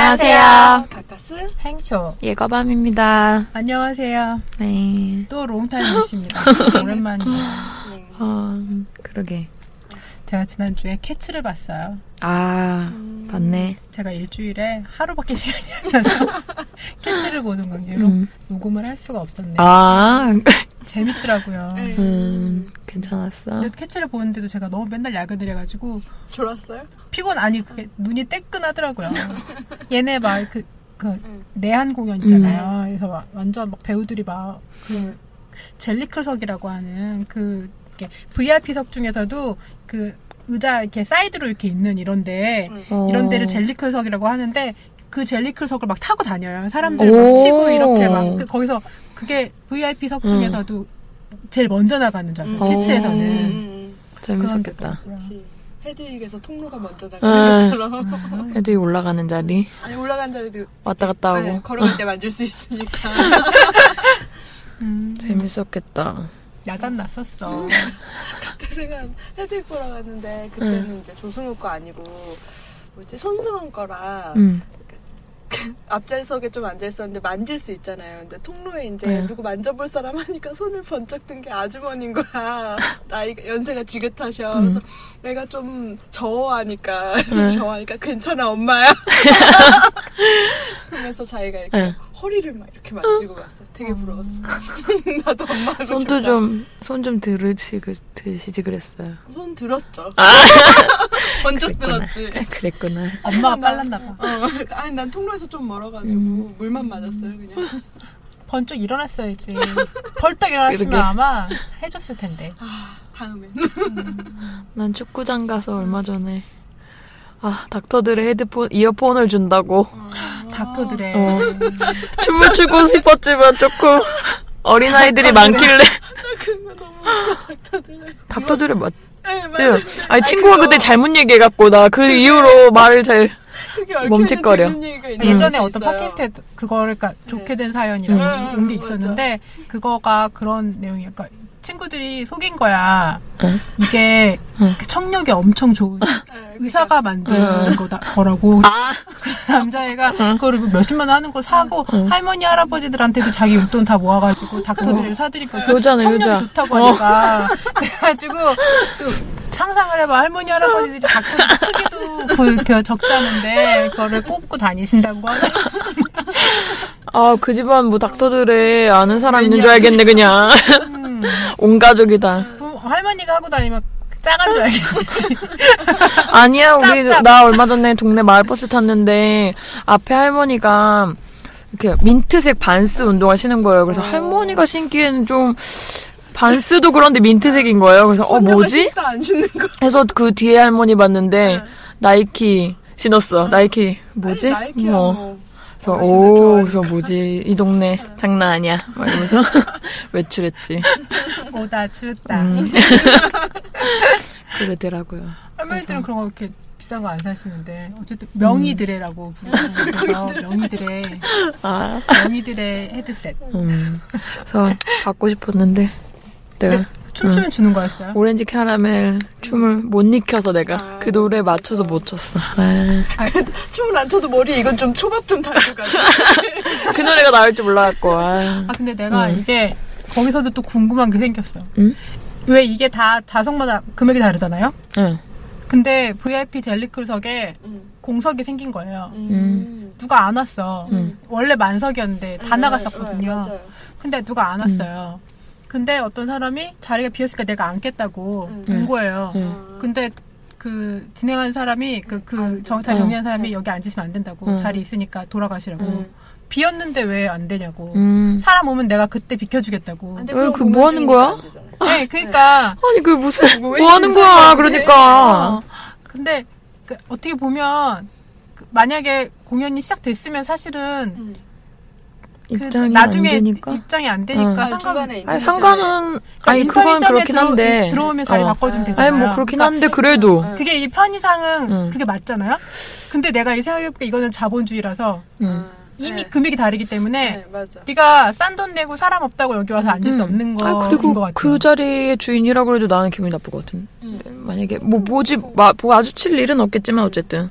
반갑습니다. 바카스 행쇼. 예거밤입니다. 안녕하세요. 네. 또 롱타임 오십니다. 오랜만이에요. 네. 어, 그러게. 제가 지난주에 캐치를 봤어요. 아, 맞네. 제가 일주일에 하루밖에 시간이 안 나서 캐치를 보는 관계로 음. 녹음을 할 수가 없었네요. 아, 재밌더라고요. 네. 음, 괜찮았어. 근데 캐치를 보는데도 제가 너무 맨날 야근을 해가지고 졸았어요? 피곤 아니 그게 눈이 뜨끈하더라고요. 얘네 막그 그 음. 내한 공연 있잖아요. 그래서 막 완전 막 배우들이 막 그 젤리클석이라고 하는 그 이렇게 VIP석 중에서도 그 의자 이렇게 사이드로 이렇게 있는 이런데 음. 어. 이런 데를 젤리클석이라고 하는데 그 젤리클석을 막 타고 다녀요. 사람들 오. 막 치고 이렇게 막 그- 거기서 그게 VIP석 음. 중에서도 제일 먼저 나가는 줄 알아요. 음. 캐치에서는. 음. 재밌었겠다. 그런 데도 혹시 헤드윅에서 통로가 먼저 음. 아. 나가는 것처럼 있고요. 애들이 올라가는 자리 아니 올라간 자리도 왔다 갔다 하고 네, 걸어갈 때 만질 수 있으니까 네. 음. 재밌었겠다. 야단 났었어. 그 생각 헤드윅 보러 갔는데 그때는 네. 이제 조승우 거 아니고 뭐지 손승원 거라 음. 앞자리석에 좀 앉아 있었는데 만질 수 있잖아요. 근데 통로에 이제 네. 누구 만져볼 사람 하니까 손을 번쩍 든 게 아주머니인 거야. 나이 가 연세가 지긋하셔. 음. 그래서 내가 좀 저어하니까 네. 저어하니까 괜찮아 엄마야. 그러면서 자기가 이렇게 네. 허리를 막 이렇게 만지고 갔어. 되게 부러웠어. 나도 엄마 하고 손도 싶다. 좀, 손 좀 들으시, 그, 드시지 그랬어요. 손 들었죠. 번쩍 네, 그랬구나. 들었지. 그랬구나. 엄마가 빨랐나 봐. 어, 아니 난 통로에서 좀 멀어가지고 물만 맞았어요 그냥. 번쩍 일어났어야지. 벌떡 일어났으면 그러게. 아마 해줬을 텐데. 아 다음에. 난 축구장 가서 얼마 전에, 아, 닥터들의 헤드폰, 이어폰을 준다고. 아, 닥터들의 어. 춤을 추고 싶었지만 조금 어린아이들이 많길래 그거 너무 웃겨 닥터들의 닥터들을 맞지? 네, 맞아. 아니 친구가 그거. 그때 잘못 얘기해갖고 나 그 이후로 말을 잘 그게 얽혀있는 멈칫거려. 재밌는 얘기가 있는 그 예전에 게 음. 어떤 있어요. 팟캐스트에 그거를 그러니까 좋게 된 음, 사연이라고 음, 온 게 맞아. 있었는데 그거가 그런 내용이야. 그러니까 친구들이 속인 거야. 응. 이게 응. 아, 그러니까. 청력이 엄청 좋은 네, 의사가 만든 거다, 거라고. 그 남자애가 그거를 몇십만 원 하는 걸 사고 할머니 할아버지들한테도 자기 용돈 다 어. 모아가지고 닥터들 사드리고 그 효자네, 청력이 효자. 좋다고 어. 하니까 그래가지고 또 상상을 해봐 할머니 할아버지들이 닥터 크기도 그, 그 적자는데 그거를 꼽고 다니신다고 하는 아 그 집안 뭐 닥터들의 아는 사람 있는 줄 알겠네 그냥 음, 온 가족이다 부- 할머니가 하고 다니면 그 작은 줄 알겠지 아니야 우리 짭짭. 나 얼마 전에 동네 마을버스 탔는데 앞에 할머니가 이렇게 민트색 반스 운동화 신은 거예요 그래서 어. 할머니가 신기에는 좀 반스도 그런데 민트색인 거예요 그래서 어 그러니까 뭐지? 신도 안 신는 거 해서 그 뒤에 할머니 봤는데 나이키 신었어. 나이키 뭐지? 나이키야 뭐. 뭐. 그래서 어르신들 오, 좋아하니까. 그래서 뭐지? 이 동네 장난 아니야. 막 이러면서 외출했지. 뭐 오다 추웠다 음. 그러더라고요. 할머니들은 그런 거 이렇게 비싼 거 안 사시는데 어쨌든 명의들의라고 부르면서 명의들의 아, 명의들의 헤드셋 음. 그래서 갖고 싶었는데 내가 춤추면 주는 거였어요? 오렌지 캐러멜 춤을 못 익혀서 내가 아. 그 노래에 맞춰서 못 췄어. 아. 춤을 안 춰도 머리에 이건 좀 초밥 좀 달고 가자 그 노래가 나올 줄 몰라갖고. 아. 아 근데 내가 이게 거기서도 또 궁금한 게 생겼어. 응? 왜 이게 다 좌석마다 금액이 다르잖아요? 응. 근데 VIP 젤리클석에 음. 공석이 생긴 거예요. 음. 누가 안 왔어. 응. 원래 만석이었는데 다 네, 네, 나갔었거든요. 맞아요. 근데 누가 안 왔어요. 근데 어떤 사람이 자리가 비었으니까 내가 앉겠다고 응. 온 거예요. 응. 아, 근데 그 진행한 사람이 그 그 정타 응. 정리한 사람이 여기 앉으시면 안 된다고 응. 자리 있으니까 돌아가시라고 음. 비었는데 왜 안 되냐고 네. 음. 사람 오면 내가 그때 비켜주겠다고. 근데 왜, 그런 그뭐 하는 거야? 공연 중이니까 안 되잖아요. 네, 그러니까. 아니 그 무슨 뭐 뭐 하는 거야? 인사하는데? 그러니까. 어, 근데 그 어떻게 보면 그 만약에 공연이 시작됐으면 사실은 음. 그 입장이 나중에 안 되니까. 입장이 안 되니까 어. 아니, 상관 중간에 아니 인터미션에- 상관은 아니 그건 인터미션에 그렇긴 들어- 한데. 들어오면 자리 어. 바꿔주면 되잖아요. 아니 뭐 그렇긴 그러니까 한데 그래도. 응. 그게 이 편의상은 응. 그게 맞잖아요. 근데 내가 이 생각해보니까 이거는 자본주의라서 응. 이미 네. 금액이 다르기 때문에 네, 맞아 네가 싼 돈 내고 사람 없다고 여기 와서 앉을 수 음. 없는 거인 아 것 그리고 같아요. 그 자리의 주인이라고 해도 나는 기분이 나쁠 것 같은. 음. 만약에 뭐 뭐지 마, 뭐 아주 칠 일은 없겠지만 어쨌든.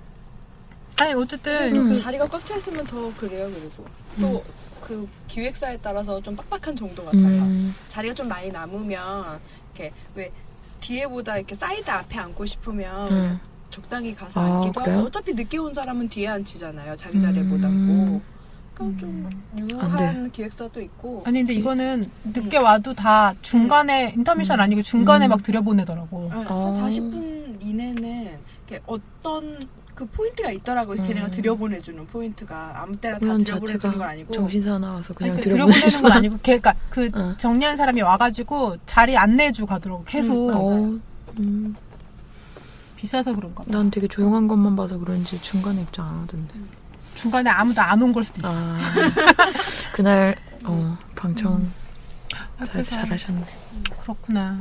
아니 어쨌든 음. 그 자리가 꽉 차 있으면 더 그래요. 그리고 또 그 기획사에 따라서 좀 빡빡한 정도가 달라. 음. 자리가 좀 많이 남으면 이렇게 왜 뒤에보다 이렇게 사이드 앞에 앉고 싶으면 음. 적당히 가서 아, 앉기도 그래요? 하고 어차피 늦게 온 사람은 뒤에 앉히잖아요. 자기 자리에 못 앉고. 음. 그러니까 좀 안 유한 기획사도 있고 아니 근데 이거는 늦게 와도 다 중간에 인터미션 아니고 중간에 음. 막 들여보내더라고. 아, 한 어. 40분 이내는 이렇게 어떤 그 포인트가 있더라고요. 음. 걔네가 들여보내주는 포인트가 아무 때나 다 물론 들여보내주는 건 자체가 아니고 정신 사나워서 아니, 그냥 그 들어보내는 들여보내는 건 아니고 걔, 그러니까 그 어. 정리한 사람이 와가지고 자리 안내해주고 가더라고 계속 음, 맞아요. 어, 음, 비싸서 그런가 봐. 난 되게 조용한 것만 봐서 그런지 중간에 입장 안 하던데. 중간에 아무도 안 온 걸 수도 있어. 아, 그날 어, 방청 아, 잘, 그래서 잘하셨네. 그렇구나.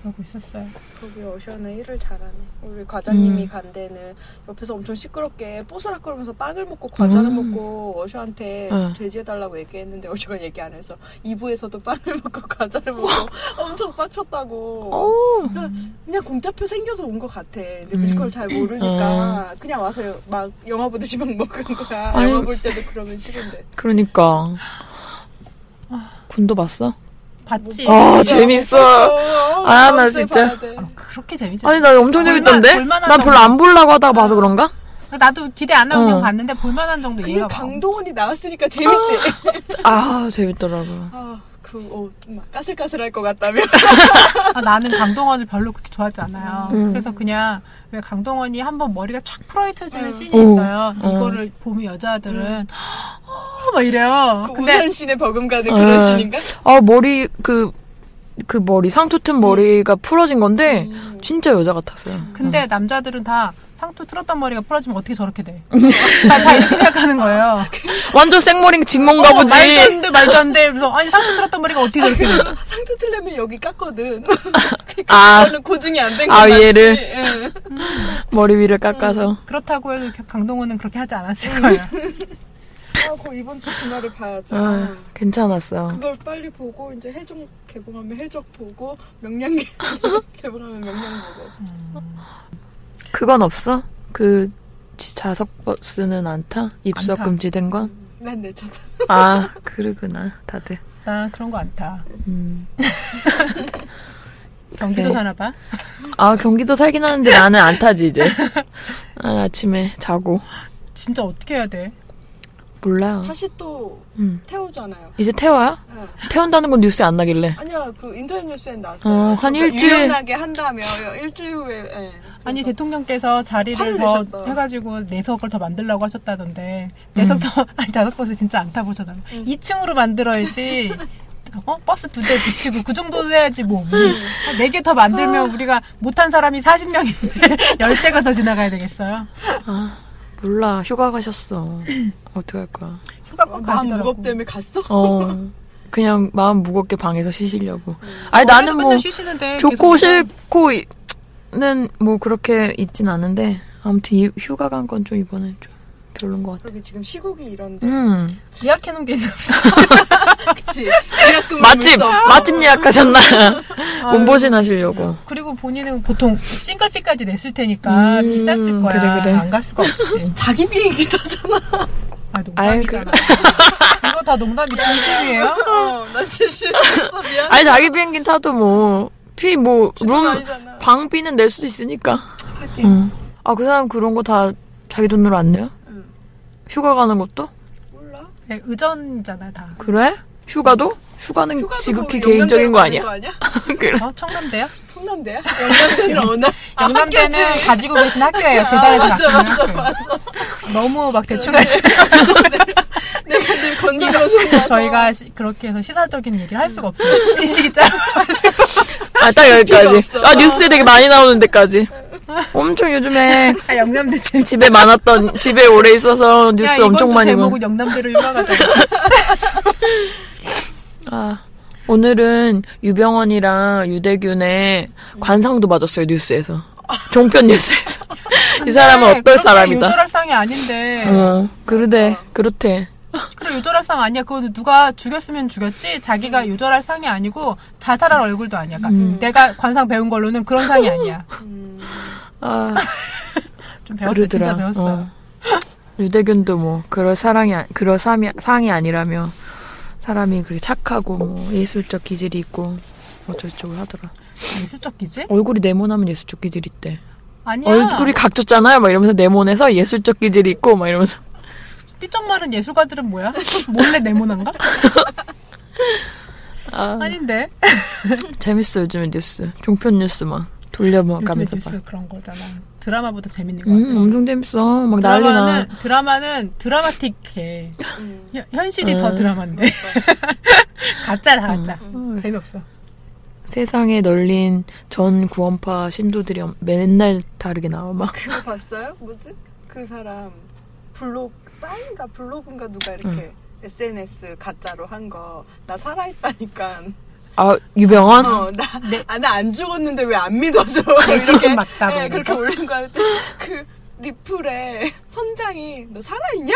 그러고 있었어요. 거기 어시아는 일을 잘하네. 우리 과장님이 음. 간 데는 옆에서 엄청 시끄럽게 뽀스락거리면서 빵을 먹고 과자를 음. 먹고 어시한테 네. 돼지해달라고 얘기했는데 어시가 얘기 안 해서 2부에서도 빵을 먹고 과자를 먹고 엄청 빡쳤다고. 그러니까 오, 그냥 공짜표 생겨서 온 것 같아. 근데 음. 어. 뮤지컬 잘 모르니까 그냥 와서 막 영화 보듯이 막 먹은 거야. 아유. 영화 볼 때도 그러면 싫은데. 그러니까. 군도 봤어? 예, 봤지? 아, 재밌어. 아, 나 다음 주에 진짜. 봐야 돼. 아, 그렇게 재밌지? 아니, 나 엄청 얼마- 재밌던데? 얼마나 난 별로 정도? 안 보려고 하다가 봐서 그런가? 나도 기대 안 하고 어. 그냥 봤는데 볼만한 정도 그게 이해가 가. 강동원이 나왔으니까 재밌지. 아, 재밌더라고. 아, 그, 어, 좀막 까슬까슬할 것 같다며. 아, 나는 강동원을 별로 그렇게 좋아하지 않아요. 음. 그래서 그냥 왜 강동원이 한번 머리가 촥 풀어헤쳐지는 음. 씬이 오. 있어요. 어. 이거를 보면 여자들은 허, 막 이래요. 그 아, 근데 우산 씬에 버금가는 아. 그런 씬인가? 아, 머리, 그, 그 머리, 상투 튼 머리가 풀어진 건데, 음. 진짜 여자 같았어요. 근데 남자들은 다 상투 틀었던 머리가 풀어지면 어떻게 저렇게 돼? 음. 다, 다 이렇게 생각하는 거예요. 완전 생머리 직몬가 어, 보지. 말도 안 돼, 말도 안 돼. 그래서 아니 상투 틀었던 머리가 어떻게 저렇게 돼? 상투 틀려면 여기 깎거든. 아. 그러니까 이거는 고증이 안 된 거지. 예. 아, 얘를. 머리 위를 깎아서. 그렇다고 해도 겨- 강동원은 그렇게 하지 않았을 거예요. 음. 아, 그 이번 주 주말에 봐야지. 아, 괜찮았어요. 그걸 빨리 보고 이제 해적 개봉하면 해적 보고 명량 개- 개봉하면 명량 보고. 그건 없어? 그, 지- 좌석 버스는 안 타? 입석 안 타. 금지된 건? 난 내 차다. 아, 그러구나, 다들. 난 그런 거 안 타. 음. 경기도 그래. 사나 봐. 아, 경기도 살긴 하는데 나는 안 타지, 이제. 아, 아침에 자고. 진짜 어떻게 해야 돼? 몰라요. 다시 또 음. 태우잖아요. 이제 태워요? 예. 태운다는 건 뉴스에 안 나길래. 아니야, 그 인터넷 뉴스엔 나왔어요. 어, 한 그러니까 일주일. 유연하게 한다며 일주일 후에. 예. 아니 그래서 대통령께서 자리를 화를 더 내셨어. 해가지고 내석을 더 만들려고 하셨다던데 내석 음. 더 아니 좌석 버스 진짜 안 타보셨나요? 2층으로 만들어야지. 어 버스 두 대 붙이고 그 정도 해야지 음. 뭐네 개 더 만들면 아. 우리가 못한 사람이 40명인데 10대가 더 지나가야 되겠어요. 몰라, 휴가 가셨어. 어떡할 거야. 휴가 어, 꼭 마음 가시더라고. 무겁다며 갔어. 어. 그냥 마음 무겁게 방에서 쉬시려고. 아니, 거기도 나는 뭐, 맨날 쉬시는데 좋고 계속 싫고는 뭐 그렇게 있진 않은데, 아무튼 이- 휴가 간 건 좀 이번엔 좀 별론 것 같아. 그러게 지금 시국이 이런데. 음. 예약해놓은 게 있나 보지. 그치. 계약금을 맛집! 물수 없어. 맛집 예약하셨나? 아유. 몸보신 하시려고. 그리고 본인은 보통 싱글피까지 냈을 테니까 음, 비쌌을 거야. 그래, 그래. 안 갈 수가 없지. 자기 비행기 타잖아. 아 농담이잖아. 이거 다 농담이 진심이에요? 어, 나 진심이었어. 미안. 아니, 자기 비행기 타도 뭐, 피, 뭐, 룸, 아니잖아. 음. 방비는 낼 수도 있으니까. 하긴. 응. 아, 그 사람 그런 거 다 자기 돈으로 안 내요? 응. 휴가 가는 것도? 몰라. 네, 의전이잖아 다. 그래? 휴가도? 휴가는 휴가도 음, 지극히 거기 영남대로 개인적인 거 가는 아니야? 아니야? 그래. 어 청남대요? 청남대야? 영남대는 어느? 영남대는 가지고 계신 학교예요. 재단에서 아, 맞아, 가는 맞아, 학교. 맞아. 네, 너무 막 대충 하시. 내가 늘 건너면서 저희가 시- 그렇게 해서 시사적인 얘기를 할 수가 음. 없어요. 지식이 짧아가지고. 아, 딱 필요 여기까지. 없어. 아, 뉴스에 되게 많이 나오는 데까지. 엄청 요즘에 아, 영남대 진짜. 집에 많았던, 집에 오래 있어서 뉴스 야, 이번 엄청 주 많이 그 제목은 영남대로 유명하잖아. 아, 오늘은 유병원이랑 유대균의 관상도 맞았어요, 뉴스에서. 종편 뉴스에서. 아, 이 사람은 어떨 사람이다. 유도랄 네, 상이 아닌데. 어, 그러대, 그렇대. 그래 요절할 상 아니야. 그건 누가 죽였으면 죽였지. 자기가 음. 요절할 상이 아니고 자살할 얼굴도 아니야. 그러니까 내가 관상 배운 걸로는 그런 상이 아니야. 아, 좀 배웠어. 그러더라. 진짜 배웠어. 어. 요 유대균도 뭐 그럴 사랑이 아- 그럴 삶이, 상이 아니라며 사람이 그렇게 착하고 뭐 예술적 기질이 있고 어쩌고저쩌고 하더라. 예술적 기질? 얼굴이 네모나면 예술적 기질이 있대. 아니야. 얼굴이 각졌잖아요. 막 이러면서 네모내서 예술적 기질이 있고 막 이러면서 삐쩍 마른 예술가들은 뭐야? 몰래 네모난가? 아, 아닌데. 재밌어 요즘에 뉴스. 종편 뉴스만 요즘에 돌려가면서 봐. 뉴스 그런 거잖아. 드라마보다 재밌는 거 음, 같아. 엄청 재밌어. 막 난리 나. 드라마는, 드라마는 드라마틱해. 음. 현- 현실이 음. 어. 더 드라마인데. 가짜다, 가짜. 재미없어. 세상에 널린 전 구원파 신도들이 엄- 맨날 다르게 나와. 막 그거 봤어요? 뭐지? 그 사람 블록 사인가 블로그인가 누가 이렇게 SNS 가짜로 한 거 나 살아있다니까. 아, 유병헌? 어, 나, 아, 나 안 죽었는데 왜 안 믿어줘? 예수는 맞다고 예, 이러고. 그렇게 올린 거 할 때 그 리플에 선장이 너 살아있냐?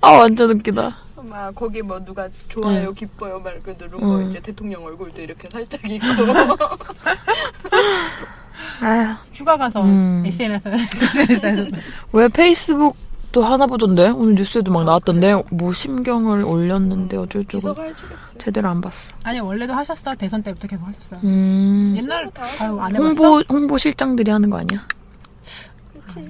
아, 완전 웃기다. 막 거기 뭐 누가 좋아요 기뻐요 막 이렇게 누르고 네. 음. 이제 대통령 얼굴도 이렇게 살짝 있고 아휴. 휴가 가서 음. SNS에서 왜 페이스북도 하나 보던데? 오늘 뉴스에도 막 나왔던데? 뭐 심경을 올렸는데 어쩌고저쩌고 기소가 해주겠지. 제대로 안 봤어. 아니 원래도 하셨어 대선 때부터 계속 하셨어 음. 옛날 다 아유 안 해봤어 홍보, 홍보 실장들이 하는 거 아니야? 그치.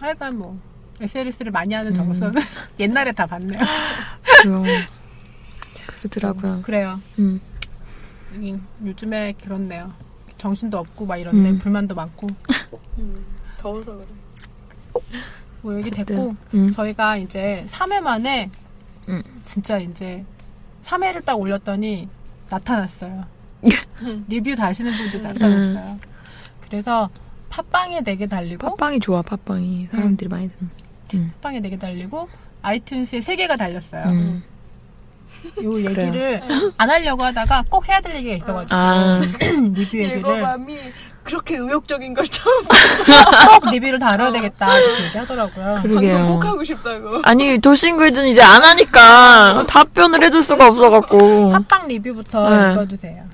하여간 뭐 SNS를 많이 하는 음. 정서는 옛날에 다 봤네요 그래요. 그러더라고요. 그래요 음. 음, 요즘에 그렇네요 정신도 없고 막 이런데 음. 불만도 많고 음, 더워서 그래. 뭐 얘기 어쨌든, 됐고 음. 저희가 이제 3회 만에 음. 진짜 이제 3회를 딱 올렸더니 나타났어요 음. 리뷰 다시는 분들 나타났어요 그래서 팟빵에 되게 달리고 팥빵이 좋아, 팥빵이. 사람들이 많이 듣는. 팟빵에 되게 달리고 아이튠즈에 3개가 달렸어요 음. 요 얘기를 안 하려고 하다가 꼭 해야 될 얘기가 있어가지고 아, 리뷰 얘기를 읽어감이 그렇게 의욕적인 걸 처음 봐. 꼭 리뷰를 다뤄야 되겠다 이렇게 얘기하더라고요. 방송 그러게요. 꼭 하고 싶다고. 아니, 도싱글즈는 이제 안 하니까 답변을 해줄 수가 없어갖고. 팟빵 리뷰부터 네. 읽어주세요.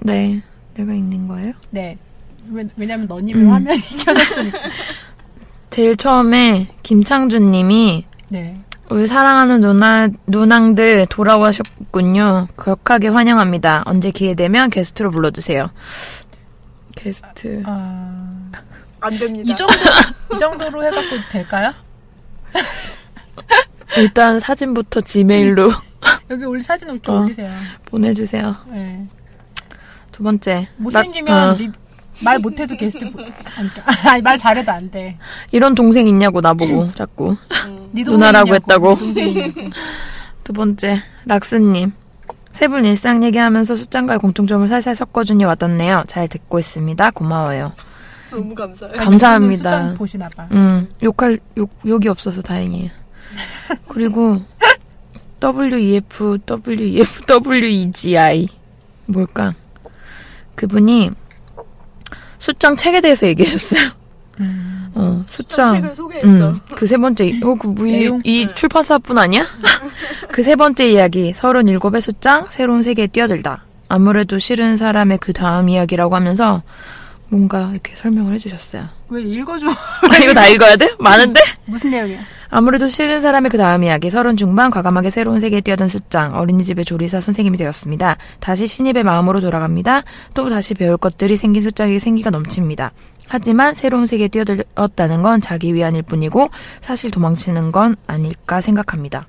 네. 내가 읽는 거예요? 네. 왜, 왜냐면 너님이 음. 화면이 켜졌으니까. 제일 처음에 김창준 님이 네. 우리 사랑하는 누나, 누낭들 돌아오셨군요. 격하게 환영합니다. 언제 기회되면 게스트로 불러주세요. 게스트. 아... 안 됩니다. 이 정도 이 정도로 해갖고 될까요? 일단 사진부터 지메일로 여기 올리 사진 이렇게 어. 올리세요. 보내주세요. 네. 두 번째. 나- 못생기면 어. 리, 말 못해도 게스트 보, 아니, 아니 말 잘해도 안 돼. 이런 동생 있냐고 나보고 자꾸. 네 누나라고 했다고. 동생이냐고. 두 번째. 락스님. 세 분 일상 얘기하면서 숫장과의 공통점을 살살 섞어주니 와닿네요. 잘 듣고 있습니다. 고마워요. 너무 감사해요. 감사합니다. 수정 보시나 봐. 음, 욕할, 욕, 욕이 없어서 다행이에요. 그리고, E WEF, WEF, WEGI. E 뭘까? 그분이 숫장 책에 대해서 얘기해줬어요. 음. 어, 숫장 숫장. 책을 소개했어. 네. 그 세 번째, 어, 그, 뭐 이, 내용? 이 출판사뿐 아니야? 그 세 번째 이야기, 37의 숫장, 새로운 세계에 뛰어들다. 아무래도 싫은 사람의 그 다음 이야기라고 하면서 뭔가 이렇게 설명을 해주셨어요. 왜 읽어줘? 아, 이거 다 읽어야 돼? 많은데? 무슨 내용이야? 음. 아무래도 싫은 사람의 그 다음 이야기, 서른 중반 과감하게 새로운 세계에 뛰어든 숫장, 어린이집의 조리사 선생님이 되었습니다. 다시 신입의 마음으로 돌아갑니다. 또 다시 배울 것들이 생긴 숫장에게 생기가 넘칩니다. 하지만 새로운 세계에 뛰어들었다는 건 자기 위안일 뿐이고 사실 도망치는 건 아닐까 생각합니다.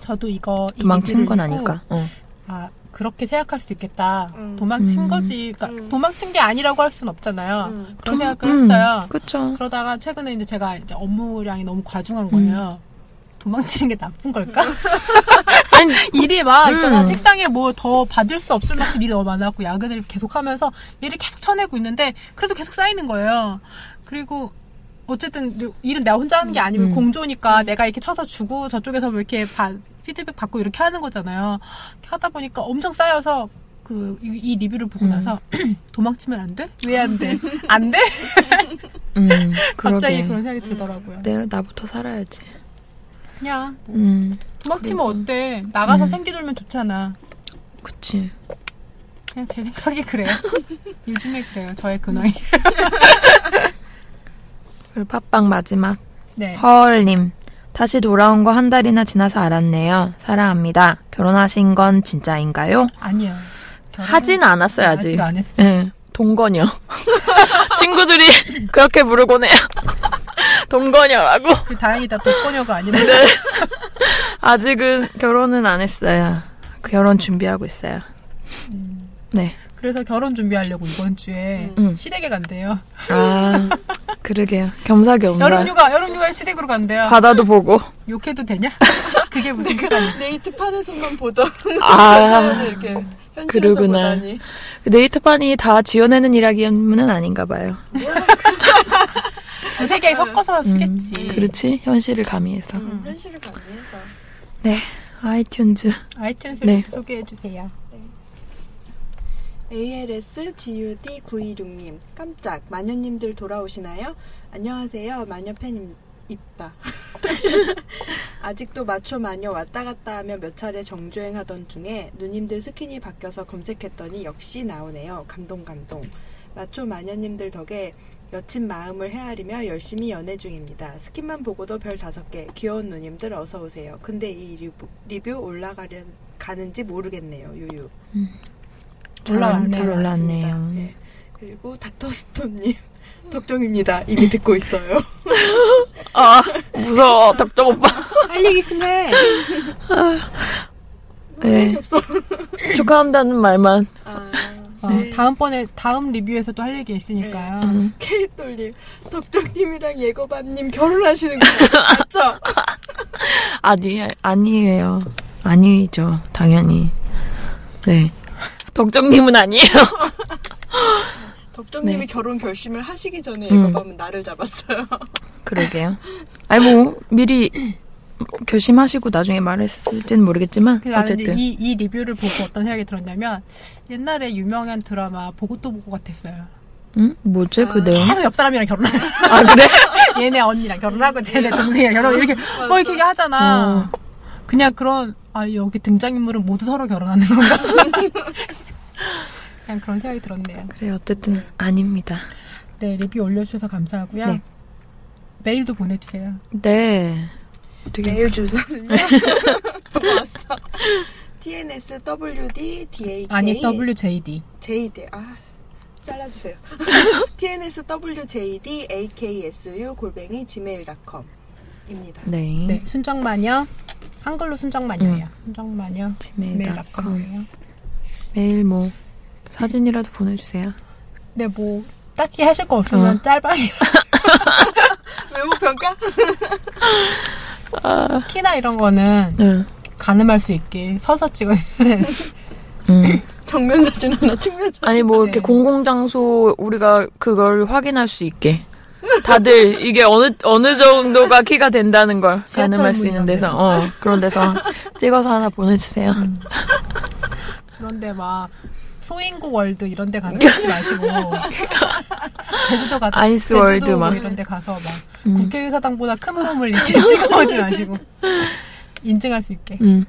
저도 이거 이 도망치는 리뷰를 건 읽고 아닐까? 어. 아 그렇게 생각할 수도 있겠다. 음. 도망친 음. 거지. 그러니까 음. 도망친 게 아니라고 할 수는 없잖아요. 음. 그런 생각을 음, 했어요. 그쵸. 그러다가 최근에 이제 제가 이제 업무량이 너무 과중한 거예요. 음. 도망치는 게 나쁜 걸까? 아니, 일이 막 음. 있잖아 책상에 뭐 더 받을 수 없을 만큼 일이 너무 많았고 야근을 계속하면서 일을 계속 쳐내고 있는데 그래도 계속 쌓이는 거예요. 그리고 어쨌든 일은 내가 혼자 하는 게 아니고 음. 공조니까 내가 이렇게 쳐서 주고 저쪽에서 뭐 이렇게 바- 피드백 받고 이렇게 하는 거잖아요. 이렇게 하다 보니까 엄청 쌓여서 그 이 리뷰를 보고 음. 나서 도망치면 안 돼? 왜 안 돼? 안 돼? 음, 갑자기 그러게. 음. 그런 생각이 들더라고요. 내 나부터 살아야지. 그냥 음, 도망치면 어때? 나가서 음. 생기 돌면 좋잖아. 그치. 그냥 제 그 생각이 그래요. 요즘에 그래요. 저의 근황이. 그리고 팟빵 마지막. 네. 허얼님. 다시 돌아온 거 한 달이나 지나서 알았네요. 사랑합니다. 결혼하신 건 진짜인가요? 아니요. 결혼- 하진 않았어요, 아직. 아직 안 했어. 예. 동거녀. 친구들이 그렇게 부르곤 해요. 동거녀라고. 그 다행이다 독거녀가 아니라 네. 아직은 결혼은 안 했어요. 결혼 준비하고 있어요. 네. 그래서 결혼 준비하려고 이번 주에 음. 시댁에 간대요. 아, 그러게요. 겸사겸사. 여름휴가 여름휴가에 시댁으로 간대요. 바다도 보고. 욕해도 되냐? 그게 무슨 상관이야? 네이트판에서만 보던 아. 사연을 이렇게 현실에서 그러구나. 보다니 네이트판이 다 지어내는 이야기는 아닌가 봐요. 두세 개 섞어서 쓰겠지. 음. 그렇지? 현실을 가미해서. 음, 현실을 가미해서 네. 아이튠즈. 아이템 네. 소개해 주세요. ALSGUD916님 깜짝 마녀님들 돌아오시나요? 안녕하세요 마녀팬 입다 아직도 마초 마녀 왔다 갔다 하며 몇 차례 정주행하던 중에 누님들 스킨이 바뀌어서 검색했더니 역시 나오네요 감동 감동 마초 마녀님들 덕에 여친 마음을 헤아리며 열심히 연애 중입니다. 스킨만 보고도 별 다섯 개. 귀여운 누님들 어서 오세요. 근데 이 리뷰, 리뷰 올라가는지 모르겠네요. 유유. 잘 올라왔네요. 잘 올라왔네요. 맞습니다. 예. 그리고 닥터스톤님 덕종입니다. 이미 듣고 있어요. 아, 무서워. 덕덕 오빠. 할 얘기 있으네. 네. 축하한다는 말만. 아, 어, 네. 다음번에 다음 리뷰에서도 할 얘기 있으니까요. 음. 케이톨님 덕종님이랑 예고밤님 결혼하시는구나. 맞죠? 아니, 아니에요. 아니죠. 당연히. 네. 덕정님은 아니에요. 덕종님이 네. 결혼 결심을 하시기 전에 음. 예고밤은 나를 잡았어요. 그러게요. 아니, 뭐, 미리 결심하시고 나중에 말했을지는 모르겠지만, 그래서 나는 이제 어쨌든. 이, 이 리뷰를 보고 어떤 생각이 들었냐면 옛날에 유명한 드라마 보고 또 보고 같았어요. 응? 뭐지, 그 아, 내용? 계속 옆 사람이랑 결혼하고 아, 그래? 얘네 언니랑 결혼하고 쟤네 동생이랑 결혼 이렇게 뭐 이렇게 하잖아. 어. 그냥 그런 아 여기 등장인물은 모두 서로 결혼하는 건가? 그냥 그런 생각이 들었네요. 그래, 어쨌든, 아닙니다. 네 리뷰 올려주셔서 감사하고요. 네. 메일도 보내주세요. 네. 어떻게. 메일 주소는요? 좋았어. 네. tnswd 아니 WJD JD 아 잘라주세요. tnswjd aksu 골뱅이 gmail.com입니다. 네. 네 순정마녀 한글로 순정마녀예요. 순정마녀 음. 지메일 닷컴. 지메일닷컴이에요. 매일 뭐, 사진이라도 보내주세요. 네, 뭐 딱히 하실 거 없으면 어. 짤방이나 외모 평가? 키나 이런 거는 응. 가늠할 수 있게 서서 찍어주세요. 음. 정면 사진 하나, 측면 사진. 아니 뭐 이렇게 네. 공공장소 우리가 그걸 확인할 수 있게 다들 이게 어느 어느 정도가 키가 된다는 걸 지하철 가늠할 수 있는 문이라네요. 음. 데서 어 그런 데서 찍어서 하나 보내주세요. 그런데 막 소인구 월드 이런 데 가는 거 하지 마시고 제주도 가서 아이스 제주도 월드 뭐 막. 음. 이런 데 가서 막 국회의사당보다 큰 몸을 이렇게 찍어보지 마시고 인증할 수 있게 음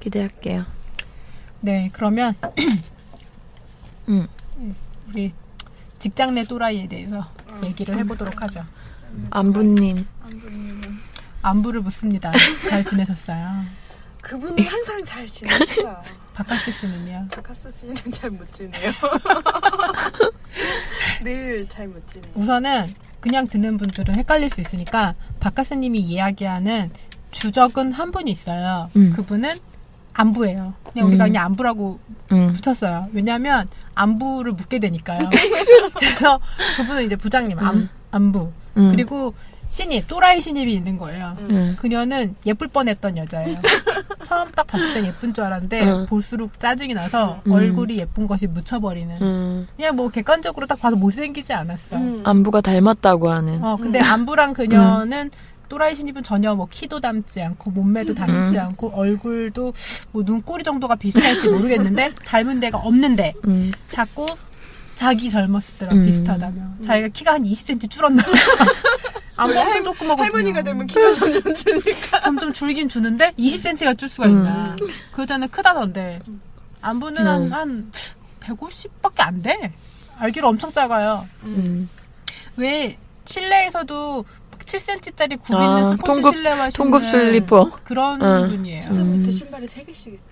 기대할게요. 네 그러면 네, 음. 우리 직장 내 또라이에 대해서 얘기를 해보도록 하죠 안부님 안부를 묻습니다 잘 지내셨어요 그분은 항상 잘 지내시죠. 박카스 씨는요 박카스 씨는 잘 못 지내요. 늘 잘 못 지내요. 우선은 그냥 듣는 분들은 헷갈릴 수 있으니까 박카스님이 이야기하는 주적은 한 분이 있어요. 음. 그분은 안부예요. 그냥 우리가 음. 그냥 안부라고 음 붙였어요. 왜냐하면 안부를 묻게 되니까요. 그래서 그분은 이제 부장님 안, 음. 안부 음. 그리고 신입 또라이 신입이 있는 거예요. 음. 그녀는 예쁠 뻔했던 여자예요. 처음 딱 봤을 땐 예쁜 줄 알았는데 음. 볼수록 짜증이 나서 음. 얼굴이 예쁜 것이 묻혀버리는. 음. 그냥 뭐 객관적으로 딱 봐서 못생기지 않았어. 음. 요 아, 안부가 닮았다고 하는 어, 근데 안부랑 그녀는 또라이 신입은 전혀 뭐 키도 닮지 않고 몸매도 닮지 않고 얼굴도 뭐 눈꼬리 정도가 비슷할지 모르겠는데 닮은 데가 없는데 음. 자꾸 자기 젊었을 때랑 음. 비슷하다며 자기가 키가 한 20cm 줄었나 봐. 안부 아, 뭐 엄청 조그마고 할머니가 되면 키가 점점 줄니까. 점점 줄긴 주는데 20cm가 줄 수가 있나 그 여자는 크다던데 안부는 한, 음. 한 150밖에 안 돼 알기로 엄청 작아요 음. 왜 실내에서도 7cm짜리 굽 아, 있는 스포츠 통굽- 실내화 신는 통급 슬리퍼. 그런 응. 분이에요. 음. 밑에 신발이 세 개씩 있어.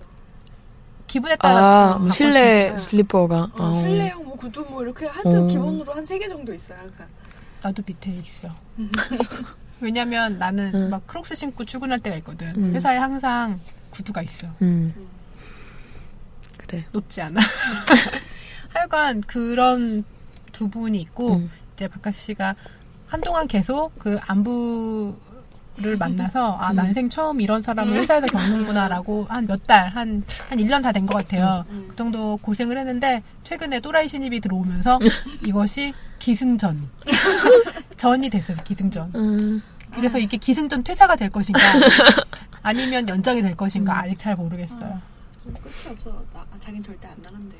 기분에 따라 아, 뭐 실내 바꿨으니까. 슬리퍼가. 아, 어, 어. 실내용 뭐 구두 뭐 이렇게 어. 하여튼 기본으로 한 세 개 정도 있어요. 그러니까 항상. 나도 밑에 있어. 왜냐면 나는 응. 막 크록스 신고 출근할 때가 있거든. 응. 회사에 항상 구두가 있어. 음. 음. 그래. 높지 않아. 하여간 그런 두 분이 있고 음. 이제 박하씨 씨가 한동안 계속 그 안부를 만나서 아, 난생 처음 이런 사람을 회사에서 겪는구나라고 한 몇 달, 한, 한 1년 다 된 것 같아요. 음. 그 정도 고생을 했는데 최근에 또라이 신입이 들어오면서 이것이 기승전. 전이 됐어요, 기승전. 음. 그래서 이게 기승전 퇴사가 될 것인가 아니면 연장이 될 것인가 아직 잘 모르겠어요. 좀 끝이 없어. 나, 아, 자긴 절대 안 나간대.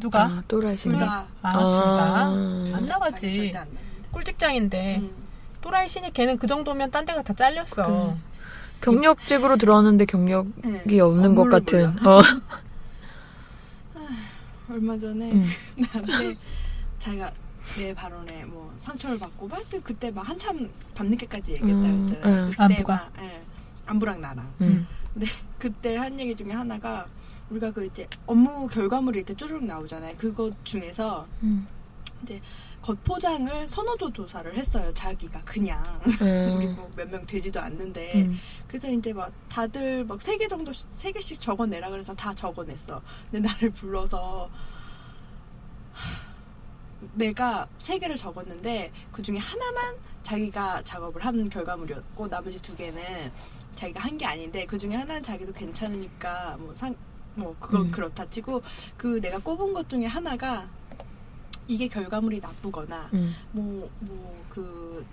누가? 아, 또라이 신입. 둘다 아, 둘 아. 다 안 나가지. 절대 안 나간대. 꿀직장인데 음. 또라이 신입 걔는 그 정도면 딴 데가 다 잘렸어. 그래. 경력직으로 들어왔는데 경력이 네. 없는 것 업무를 같은. 몰라. 어. 얼마 전에 음. 나한테 자기가 내 발언에 뭐 상처를 받고 막 하여튼 그때 막 한참 밤늦게까지 얘기했다 음, 그랬잖아요. 음. 그때 안부가. 막, 예, 안부랑 나랑. 음. 그때 한 얘기 중에 하나가 우리가 그 이제 업무 결과물이 이렇게 쭈르륵 나오잖아요. 그것 중에서 음. 겉포장을 선호도 조사를 했어요. 자기가 그냥 음. 그리고 뭐 몇 명 되지도 않는데 음. 그래서 이제 막 다들 막 세 개 정도 세 개씩 적어내라 그래서 다 적어냈어. 근데 나를 불러서 하, 내가 세 개를 적었는데 그 중에 하나만 자기가 작업을 한 결과물이었고 나머지 두 개는 자기가 한 게 아닌데 그 중에 하나는 자기도 괜찮으니까 뭐 상 뭐 그건 음. 그렇다 치고 그 내가 꼽은 것 중에 하나가 이게 결과물이 나쁘거나 음. 뭐 뭐 그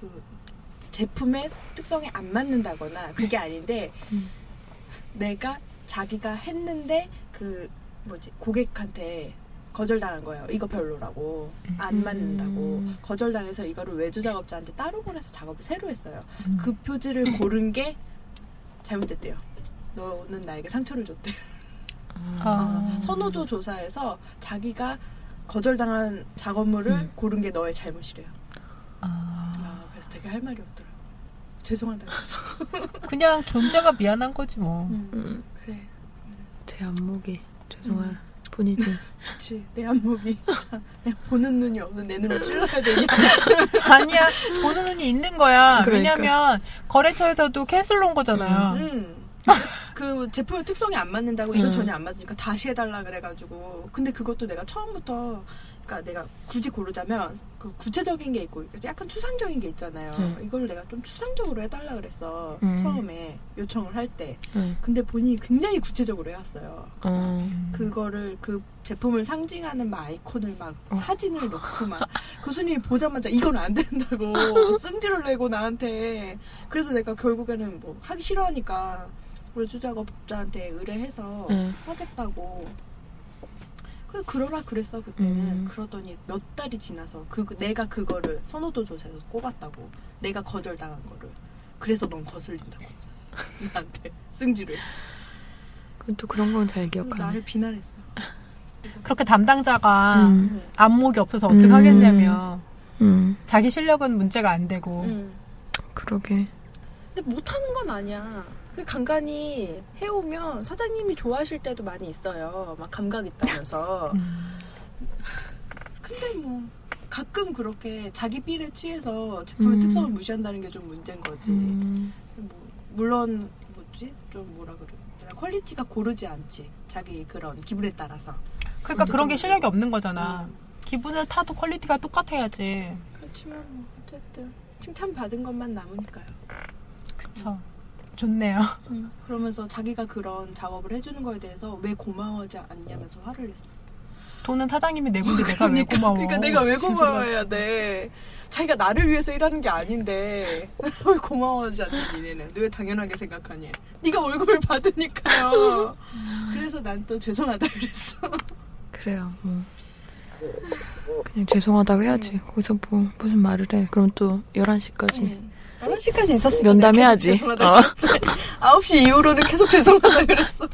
그 제품의 특성에 안 맞는다거나 그게 아닌데 음. 내가 자기가 했는데 그 뭐지 고객한테 거절당한 거예요. 이거 별로라고 안 맞는다고 음. 거절당해서 이거를 외주 작업자한테 따로 보내서 작업을 새로 했어요. 음. 그 표지를 고른 게 잘못됐대요. 너는 나에게 상처를 줬대. 음. 아. 선호도 조사에서 자기가 거절당한 작업물을 음. 고른 게 너의 잘못이래요. 아. 아, 그래서 되게 할 말이 없더라고. 죄송하다고 했어. 그냥 존재가 미안한 거지 뭐. 음. 그래. 제 안목이 죄송할 뿐이지. 그치. 내 안목이. 참, 내가 보는 눈이 없는 내 눈을 찔러야 되니. 아니야 보는 눈이 있는 거야. 그러니까. 왜냐면 거래처에서도 캔슬로 온 거잖아요. 음. 그 제품의 특성이 안 맞는다고 이건 음. 전혀 안 맞으니까 다시 해달라 그래가지고 근데 그것도 내가 처음부터 그러니까 내가 굳이 고르자면 그 구체적인 게 있고 약간 추상적인 게 있잖아요 음. 이걸 내가 좀 추상적으로 해달라 그랬어 음. 처음에 요청을 할 때 네. 근데 본인이 굉장히 구체적으로 해왔어요 어. 그거를 그 제품을 상징하는 막 아이콘을 막 어. 사진을 넣고 막 교수님이 보자마자 이건 안 된다고 승질을 내고 나한테 그래서 내가 결국에는 뭐 하기 싫어하니까 외주 작업자한테 의뢰해서 네. 하겠다고 그래 그러라 그랬어 그때는 음. 그러더니 몇 달이 지나서 그 내가 그거를 선호도 조사에서 꼽았다고 내가 거절당한 거를 그래서 넌 거슬린다고 나한테 승질을 그럼 또 그런 건 잘 기억하네. 나를 비난했어. 그렇게 담당자가 음. 안목이 없어서 어떻게 음. 하겠냐며 음. 자기 실력은 문제가 안 어. 되고 음. 그러게. 근데 못하는 건 아니야. 그 간간히 해오면 사장님이 좋아하실 때도 많이 있어요. 막 감각 있다면서. 음. 근데 뭐 가끔 그렇게 자기 삘에 취해서 제품의 음. 특성을 무시한다는 게 좀 문제인 거지. 음. 뭐, 물론 뭐지 좀 뭐라 그래. 퀄리티가 고르지 않지. 자기 그런 기분에 따라서. 그러니까 그런 게 실력이 없는 거잖아. 음. 기분을 타도 퀄리티가 똑같아야지. 그렇지만 뭐 어쨌든 칭찬 받은 것만 남으니까요. 그쵸. 좋네요. 음. 그러면서 자기가 그런 작업을 해주는 거에 대해서 왜 고마워하지 않냐면서 화를 냈어. 돈은 사장님이 내고인데 내가 왜 그러니까, 고마워. 그러니까 내가 왜 고마워해야 돼? 자기가 나를 위해서 일하는 게 아닌데 왜 고마워하지 않니 니네는? 왜 당연하게 생각하니? 네가 월급을 받으니까요. 그래서 난 또 죄송하다 그랬어. 그래요. 뭐. 그냥 죄송하다고 해야지. 거기서 뭐 무슨 말을 해. 그럼 또 11시까지. 11시까지 있었으면 면담해야지. 계속 죄송하다 그랬지. 어. 9시 이후로는 계속 죄송하다 그랬어.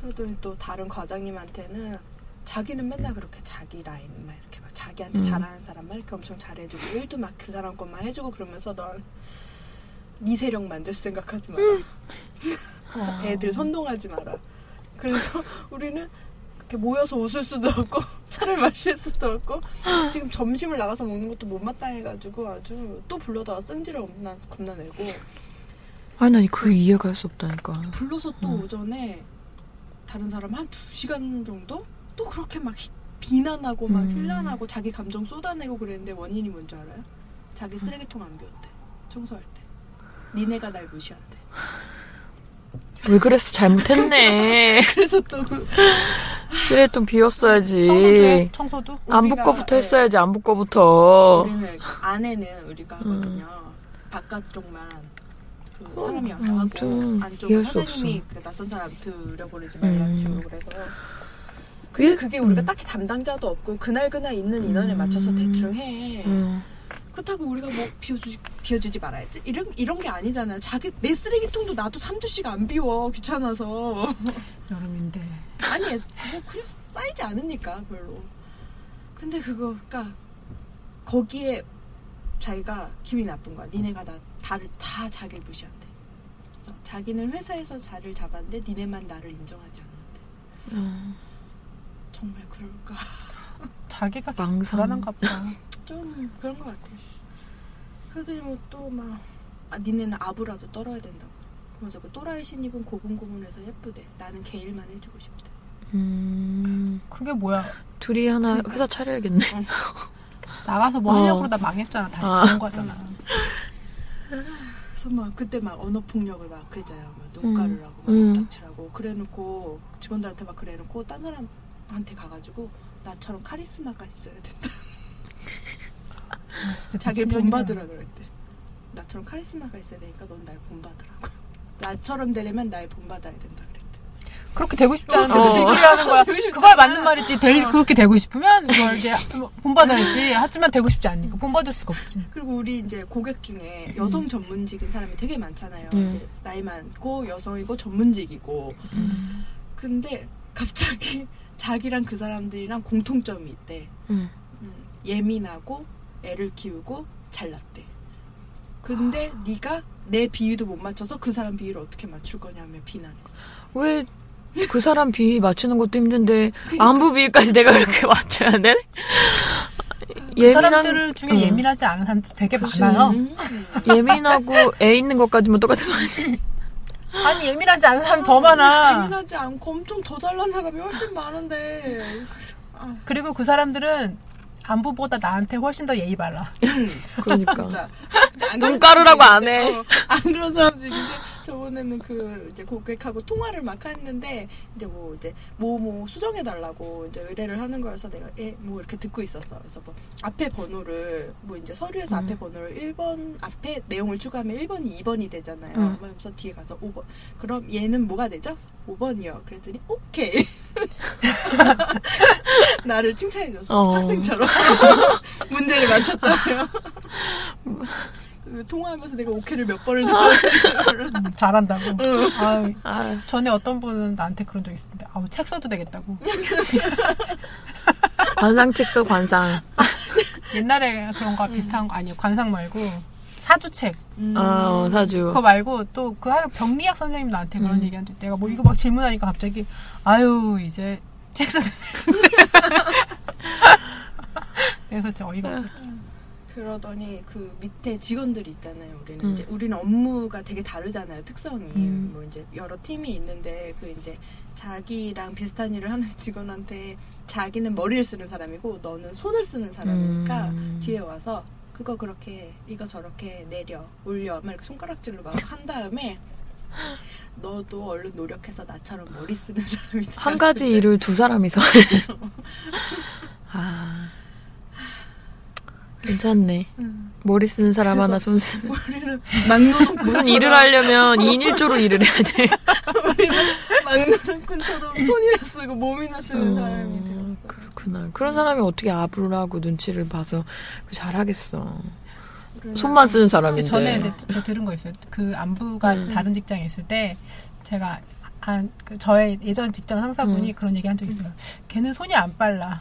그러더니 또 다른 과장님한테는 자기는 맨날 그렇게 자기 라인만 이렇게 막 자기한테 음. 잘하는 사람만 이렇게 엄청 잘해주고 일도 막 그 사람 것만 해주고 그러면서 넌 네 세력 만들 생각하지 마라. 아. 애들 선동하지 마라. 그래서 우리는 이렇게 모여서 웃을 수도 없고 차를 마실 수도 없고 지금 점심을 나가서 먹는 것도 못마땅해가지고 아주 또 불러다가 승질을 겁나, 겁나 내고 아니 난 그 이해가 할 수 없다니까. 불러서 또 음. 오전에 다른 사람 한 두 시간 정도 또 그렇게 막 히- 비난하고 막 음. 힐난하고 자기 감정 쏟아내고 그랬는데 원인이 뭔지 알아요? 자기 쓰레기통 안 비웠대 청소할 때 니네가 날 무시한대 왜 그랬어? 잘못했네. 그래서 또 쓰레기통 청소도 해? 예. 비웠어야지. 청소도? 안 우리가- 붙거부터 네. 했어야지. 안 붙거부터. 우리는 안에는 우리가 음. 하거든요. 바깥쪽만 그 사람이 와서 음, 하고 좀 안쪽은 이해할 수 사장님이 없어. 그 낯선 사람 들여보내지 말라는 음. 식으로 그래서 그게 그게 우리가 딱히 담당자도 없고 그날 그날 있는 인원에 음. 맞춰서 대충 해. 음. 그렇다고 우리가 뭐 비워주지 비워주지 말아야지 이런 이런 게 아니잖아요. 자기 내 쓰레기통도 나도 3주씩 안 비워 귀찮아서 여름인데. 아니 뭐 그냥 쌓이지 않으니까 별로. 근데 그거 그러니까 거기에 자기가 기분이 나쁜 거야. 니네가 나 다를 다 자기를 무시한대. 그래서 자기는 회사에서 자를 잡았는데 니네만 나를 인정하지 않는데 음. 정말 그럴까? 자기가 계속 망상. 불안한가 보다. 좀 그런 것 같아. 그러더니 뭐또막 아, 니네는 아부라도 떨어야 된다고. 그러면서 그 또라이 신입은 고분고분해서 예쁘대. 나는 게일만 해주고 싶대. 음. 그게 뭐야. 둘이 하나 회사 차려야겠네. 나가서 뭐 어. 하려고 그러다 망했잖아. 다시 아. 들어온 거잖아. 음. 그래서 막 그때 막 언어 폭력을 막 그랬잖아요. 막 녹가를 하고 막 음. 딱치라고 그래놓고 직원들한테 막 그래놓고 딴 사람한테 가가지고 나처럼 카리스마가 있어야 된다. 아, 진짜 자기 미친년이다. 본받으라 그랬대. 나처럼 카리스마가 있어야 되니까 넌 날 본받으라고. 나처럼 되려면 날 본받아야 된다 그랬대. 그렇게 되고 싶지 않은데 어. 무슨 소리 하는 거야. 되고 싶지 그거야 않아. 어. 맞는 말이지. 될, 그렇게 되고 싶으면 그걸 이제 뭐 본받아야지. 하지만 되고 싶지 않으니까 본받을 수가 없지. 그리고 우리 이제 고객 중에 여성 전문직인 사람이 되게 많잖아요. 음. 이제 나이 많고 여성이고 전문직이고. 음. 근데 갑자기 자기랑 그 사람들이랑 공통점이 있대. 음. 음, 예민하고 애를 키우고 잘났대. 근데 네가 내 비위도 못 맞춰서 그 사람 비위를 어떻게 맞출 거냐며 비난했어. 왜 그 사람 비 맞추는 것도 힘든데 안부 비까지 내가 그렇게 맞춰야 돼? 예민한 사람들 어. 중에 응. 예민하지 않은 사람들 되게 그치. 많아요. 음. 예민하고 애 있는 것까지만 똑같은 거 아니야? 아니 예민하지 않은 사람 더 많아. 어, 예민하지 않고 엄청 더 잘난 사람이 훨씬 많은데. 아, 그리고 그 사람들은 안부보다 나한테 훨씬 더 예의 발라. 그러니까. 진짜. 안 그런 눈가루라고 안 사람들이 해. 있는데, 어, 안 그런 사람들인데 저번에는 그 이제 고객하고 통화를 막 했는데 이제 뭐 이제 뭐 뭐 수정해 달라고 이제 의뢰를 하는 거여서 내가 예 뭐 이렇게 듣고 있었어. 그래서 뭐 앞에 번호를 뭐 이제 서류에서 음. 앞에 번호를 1번 앞에 내용을 추가하면 1번이 2번이 되잖아요. 음. 그래서 뒤에 가서 5번. 그럼 얘는 뭐가 되죠? 5번이요. 그랬더니 오케이. 나를 칭찬해 줬어. 어. 학생처럼 문제를 맞췄다며. 그 통화하면서 내가 오케이를 몇 번을 들었어. 음, 잘한다고. 아유, 아, 전에 어떤 분은 나한테 그런 적 있었는데 아우 책 써도 되겠다고. 관상 책서 관상. 옛날에 그런 거 비슷한 거 아니에요. 관상 말고 사주책 아, 어, 사주. 그거 말고 또 그 병리학 선생님 나한테 그런 음. 얘기한 적 내가 뭐 이거 막 질문하니까 갑자기 아유 이제 책 써도 되겠다. 그래서 진짜 어이가 없었죠. 그러더니 그 밑에 직원들 있잖아요. 우리는 음. 이제 우리는 업무가 되게 다르잖아요. 특성이 음. 뭐 이제 여러 팀이 있는데 그 이제 자기랑 비슷한 일을 하는 직원한테 자기는 머리를 쓰는 사람이고 너는 손을 쓰는 사람이니까 음. 뒤에 와서 그거 그렇게 해, 이거 저렇게 내려 올려 막 이렇게 손가락질로 막 한 다음에 너도 얼른 노력해서 나처럼 머리 쓰는 사람이 한 네. 가지 일을 두 사람이서. 아. 괜찮네. 음. 머리 쓰는 사람 하나 손 쓰는. 우리는 막노동 무슨 일을 하려면 2인 1조로 일을 해야 돼. 우리는 막노동꾼처럼 손이나 쓰고 몸이나 쓰는 사람이 되었어. 그렇구나. 그런 사람이 어떻게 아부를 하고 눈치를 봐서 잘하겠어. 우리는 손만 쓰는 근데 사람인데. 전에 근데 제가 들은 거 있어요. 그 안부가 다른 직장에 있을 때 제가 아, 그 저의 예전 직장 상사분이 그런 얘기 한 적이 있어요. 걔는 손이 안 빨라.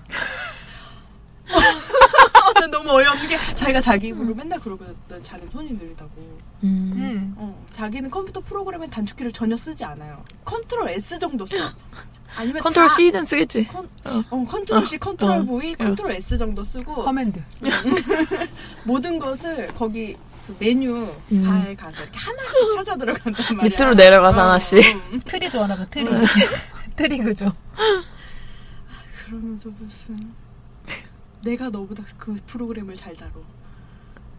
아, 난 너무 어이없는 게 자기가 자기 입으로 맨날 그러고 다녔던 자기는 손이 느리다고. 음. 음. 어, 자기는 컴퓨터 프로그램엔 단축키를 전혀 쓰지 않아요. 컨트롤 S 정도 써. 아니면 컨트롤 다- C든 쓰겠지. 컨, 어, 예. 컨트롤 C, 컨트롤 어. V, 컨트롤 S 정도 쓰고 커맨드. 모든 것을 거기 그 메뉴 음. 바에 가서 이렇게 하나씩 찾아 들어간단 말이야. 밑으로 내려가서 하나씩. 음. 트리 좋아하나 봐, 트리. 트리 그죠. 그러면서 무슨 내가 너보다 그 프로그램을 잘 다뤄.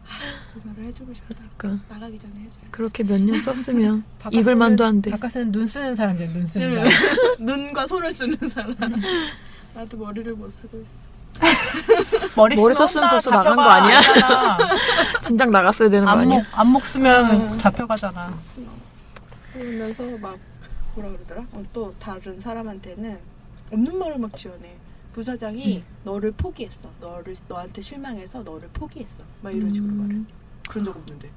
아, 그 말을 해주고 싶다. 그러니까 나가기 전에 해줘야 그렇게 몇 년 썼으면 바깥 익을 쓰는- 만도 한데. 바깥 쓰는 눈 쓰는 사람이야, 눈 쓰는 사람. 돼. 눈과 손을 쓰는 사람. 나도 머리를 못 쓰고 있어. 머리, 머리 쓰면 썼으면 벌써 잡혀가. 나간 거 아니야? 아니잖아. 진작 나갔어야 되는 거 아니야? 안목, 안목 쓰면 잡혀가잖아. 그러면서 막 뭐라 그러더라? 어, 또 다른 사람한테는 없는 말을 막 지어내. 부사장이 너를 포기했어. 너를 너한테 실망해서 너를 포기했어. 막 이런 식으로 말해. 음. 그런 적 없는데.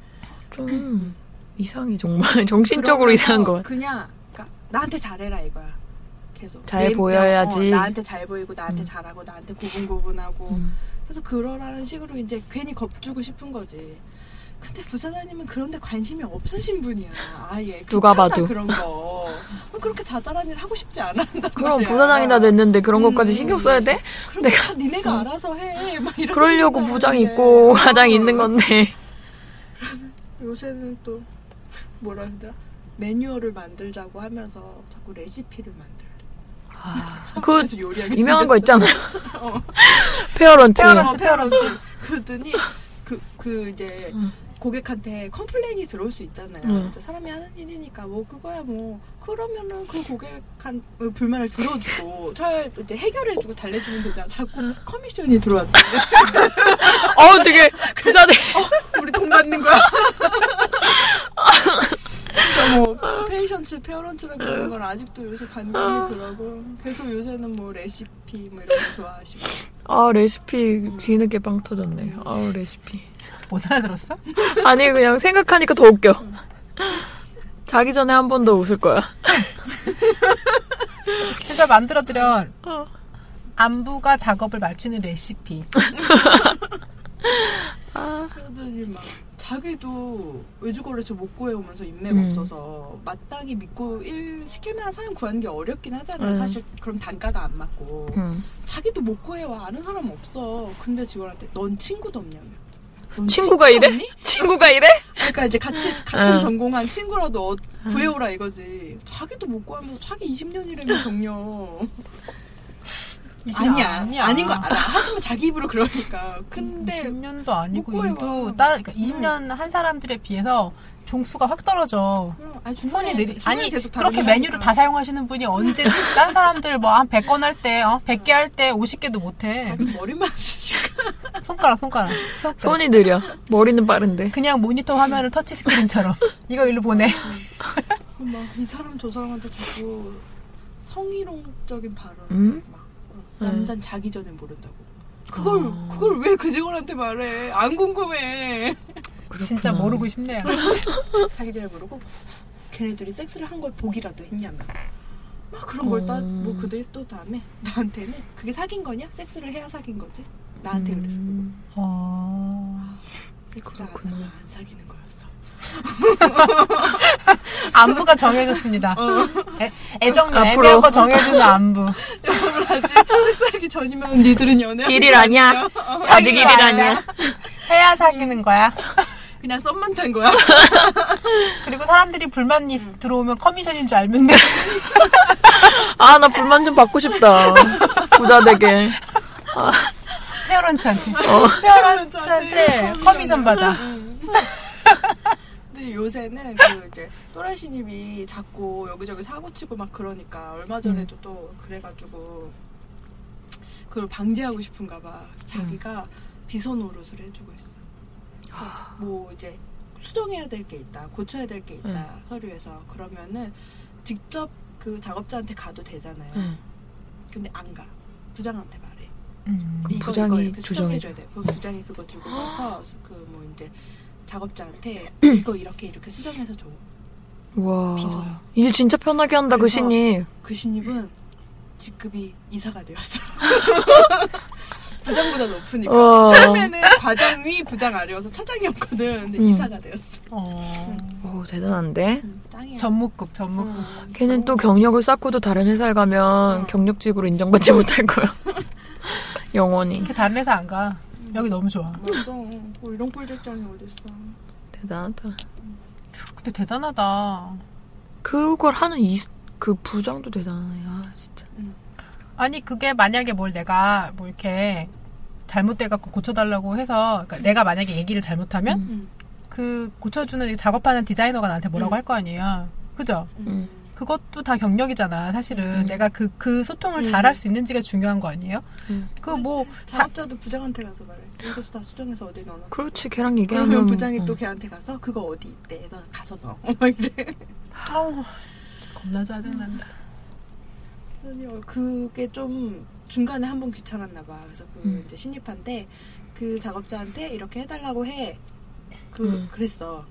좀 이상해 정말 정신적으로 그러면서 이상한 거. 같아. 그냥 그러니까 나한테 잘해라 이거야. 계속 잘 내- 보여야지. 어, 나한테 잘 보이고 나한테 음. 잘하고 나한테 고분고분하고 음. 그래서 그러라는 식으로 이제 괜히 겁주고 싶은 거지. 근데 부사장님은 그런데 관심이 없으신 분이야. 아예 누가 귀찮아, 봐도. 그런 거 그렇게 자잘한 일 하고 싶지 않아. 그럼 부사장이나 됐는데 그런 것까지 음. 신경 써야 돼? 그럼 내가- 어. 다 니네가 알아서 해. 막 이런. 그러려고 식으로 부장 하는데. 있고 어. 과장 있는 건데. 요새는 또 뭐라 하더라 매뉴얼을 만들자고 하면서 자꾸 레시피를 만들. 그 그래서 요리하게 유명한 거 생겼어. 있잖아. 어. 페어런치. 페어런치 페어런치 그랬더니 그, 그 이제 응. 고객한테 컴플레인이 들어올 수 있잖아요 응. 이제 사람이 하는 일이니까 뭐 그거야 뭐 그러면은 그 고객한 어, 불만을 들어주고 잘 이제 해결해주고 달래주면 되잖아 자꾸 커미션이 들어왔대 어우 되게 부자네. 우리 돈 받는 거야 진짜 뭐 페이션츠 페어런츠라 그런 건 아직도 요새 간간히 그러고 계속 요새는 뭐 레시피 뭐 이런 거 좋아하시고 아 레시피 뒤늦게 빵 터졌네. 아우 레시피. 못 알아들었어? 아니 그냥 생각하니까 더 웃겨. 자기 전에 한 번 더 웃을 거야. 진짜 만들어드려. 어. 안부가 작업을 마치는 레시피. 그러더니 막 자기도 외주거래소 못 구해오면서 인맥 음. 없어서 마땅히 믿고 일 시킬 만한 사람 구하는 게 어렵긴 하잖아요. 음. 사실 그럼 단가가 안 맞고 자기도 못 구해와 아는 사람 없어. 근데 직원한테 넌 친구도 없냐며. 넌 친구가 친구 이래? 없니? 친구가 이래? 그러니까 이제 같이 같은 음. 전공한 친구라도 어, 구해오라 이거지. 자기도 못 구하면서 자기 20년이라며 경력. 이게 아니야, 아니야. 아닌 거 알아. 하지만 자기 입으로 그러니까. 근데 20년도 아니고 못 일도 구해요. 따라 그러니까 20년 한 사람들에 비해서 종수가 확 떨어져. 그럼 아니, 손이 중간에 느리 힘을 아니 계속 그렇게 다루니까. 메뉴를 다 사용하시는 분이 언제 딴 사람들 뭐 한 100건 할때 어? 100개 할 때 50개도 못해 자기 머리만 쓰니까 손가락 손가락 손가락. 손이 느려. 머리는 빠른데. 그냥 모니터 화면을 터치 스크린처럼 이거 일로 보내 막 이 사람 저 사람한테 자꾸 성희롱적인 발언 음? 막 어, 음. 남잔 자기 전에 모른다고 그걸 그걸 왜 그 직원한테 말해 안 궁금해 진짜 그렇구나. 모르고 싶네요 자기 전에 모르고 걔네들이 섹스를 한 걸 보기라도 했냐며 막 그런 걸 다 음. 뭐 그들이 또 다음에 나한테는 그게 사귄 거냐 섹스를 해야 사귄 거지 나한테 그랬어 음. 어... 섹스를 그렇구나. 안 하면 안 사귀는 거였어 안부가 정해졌습니다 애, 애정 어. 앞으로. 애매한 거 정해주는 안부 아직 섹스하기 전이면 니들은 연애 일일 아니야. 어, 아직 일일 아니야. 해야 사귀는 거야 그냥 썸만 탄 거야 그리고 사람들이 불만이 있- 들어오면 커미션인 줄 알면 돼 아, 나 불만 좀 받고 싶다. 부자 되게. 페어런츠한테 페어런츠한테 커미션 받아 근데 요새는 그 이제 또라이 신입이 자꾸 여기저기 사고치고 막 그러니까 얼마 전에도 또 그래가지고 그걸 방지하고 싶은가 봐. 그래서 자기가 비서 노릇을 해주고 있어. 그래서 뭐 이제 수정해야 될 게 있다, 고쳐야 될 게 있다 서류에서 그러면은 직접 그 작업자한테 가도 되잖아요. 음. 근데 안 가. 부장한테 말해. 음. 그럼 이거, 부장이 이거 이렇게 조정해줘. 아! 수정해줘야 돼. 그럼 부장이 그거 들고 가서 그 뭐 이제 작업자한테 이거 이렇게 이렇게 수정해서 줘. 와. 빚어요. 일 진짜 편하게 한다 그 그래서- 신입. 그 신입은 직급이 이사가 되었어. 부장보다 높으니까. 와. 처음에는 과장이 부장 아래여서 차장이었거든. 근데 음. 이사가 되었어. 어. 오 대단한데. 음, 짱이야. 전무급, 전무급. 걔는 또 경력을 쌓고도 다른 회사에 가면 어. 경력직으로 인정받지 못할 거야. 영원히. 이렇게 다른 회사 안 가. 여기 너무 좋아. 맞아. 뭐 이런 꿀절장이 어딨어. 음. 대단하다. 근데 대단하다. 그걸 하는 이 그 부장도 대단하네. 아 진짜. 아니 그게 만약에 뭘 내가 뭐 이렇게 잘못돼갖고 고쳐달라고 해서 그러니까 내가 만약에 얘기를 잘못하면 음. 그 고쳐주는 작업하는 디자이너가 나한테 뭐라고 음. 할 거 아니야. 그죠? 음. 그것도 다 경력이잖아. 사실은 음. 내가 그 그 소통을 음. 잘할 수 있는지가 중요한 거 아니에요? 음. 그 뭐 자, 작업자도 부장한테 가서 말해. 이것도 다 수정해서 어디 넣어놔. 그렇지. 걔랑 얘기하면 그러면 부장이 어. 또 걔한테 가서 그거 어디 있대. 너 가서 넣어. 막 이래. 아우, 겁나 짜증난다. 그러니 어, 그게 좀 중간에 한 번 귀찮았나 봐. 그래서 그 음. 이제 신입한테 그 작업자한테 이렇게 해달라고 해. 그 음. 그랬어.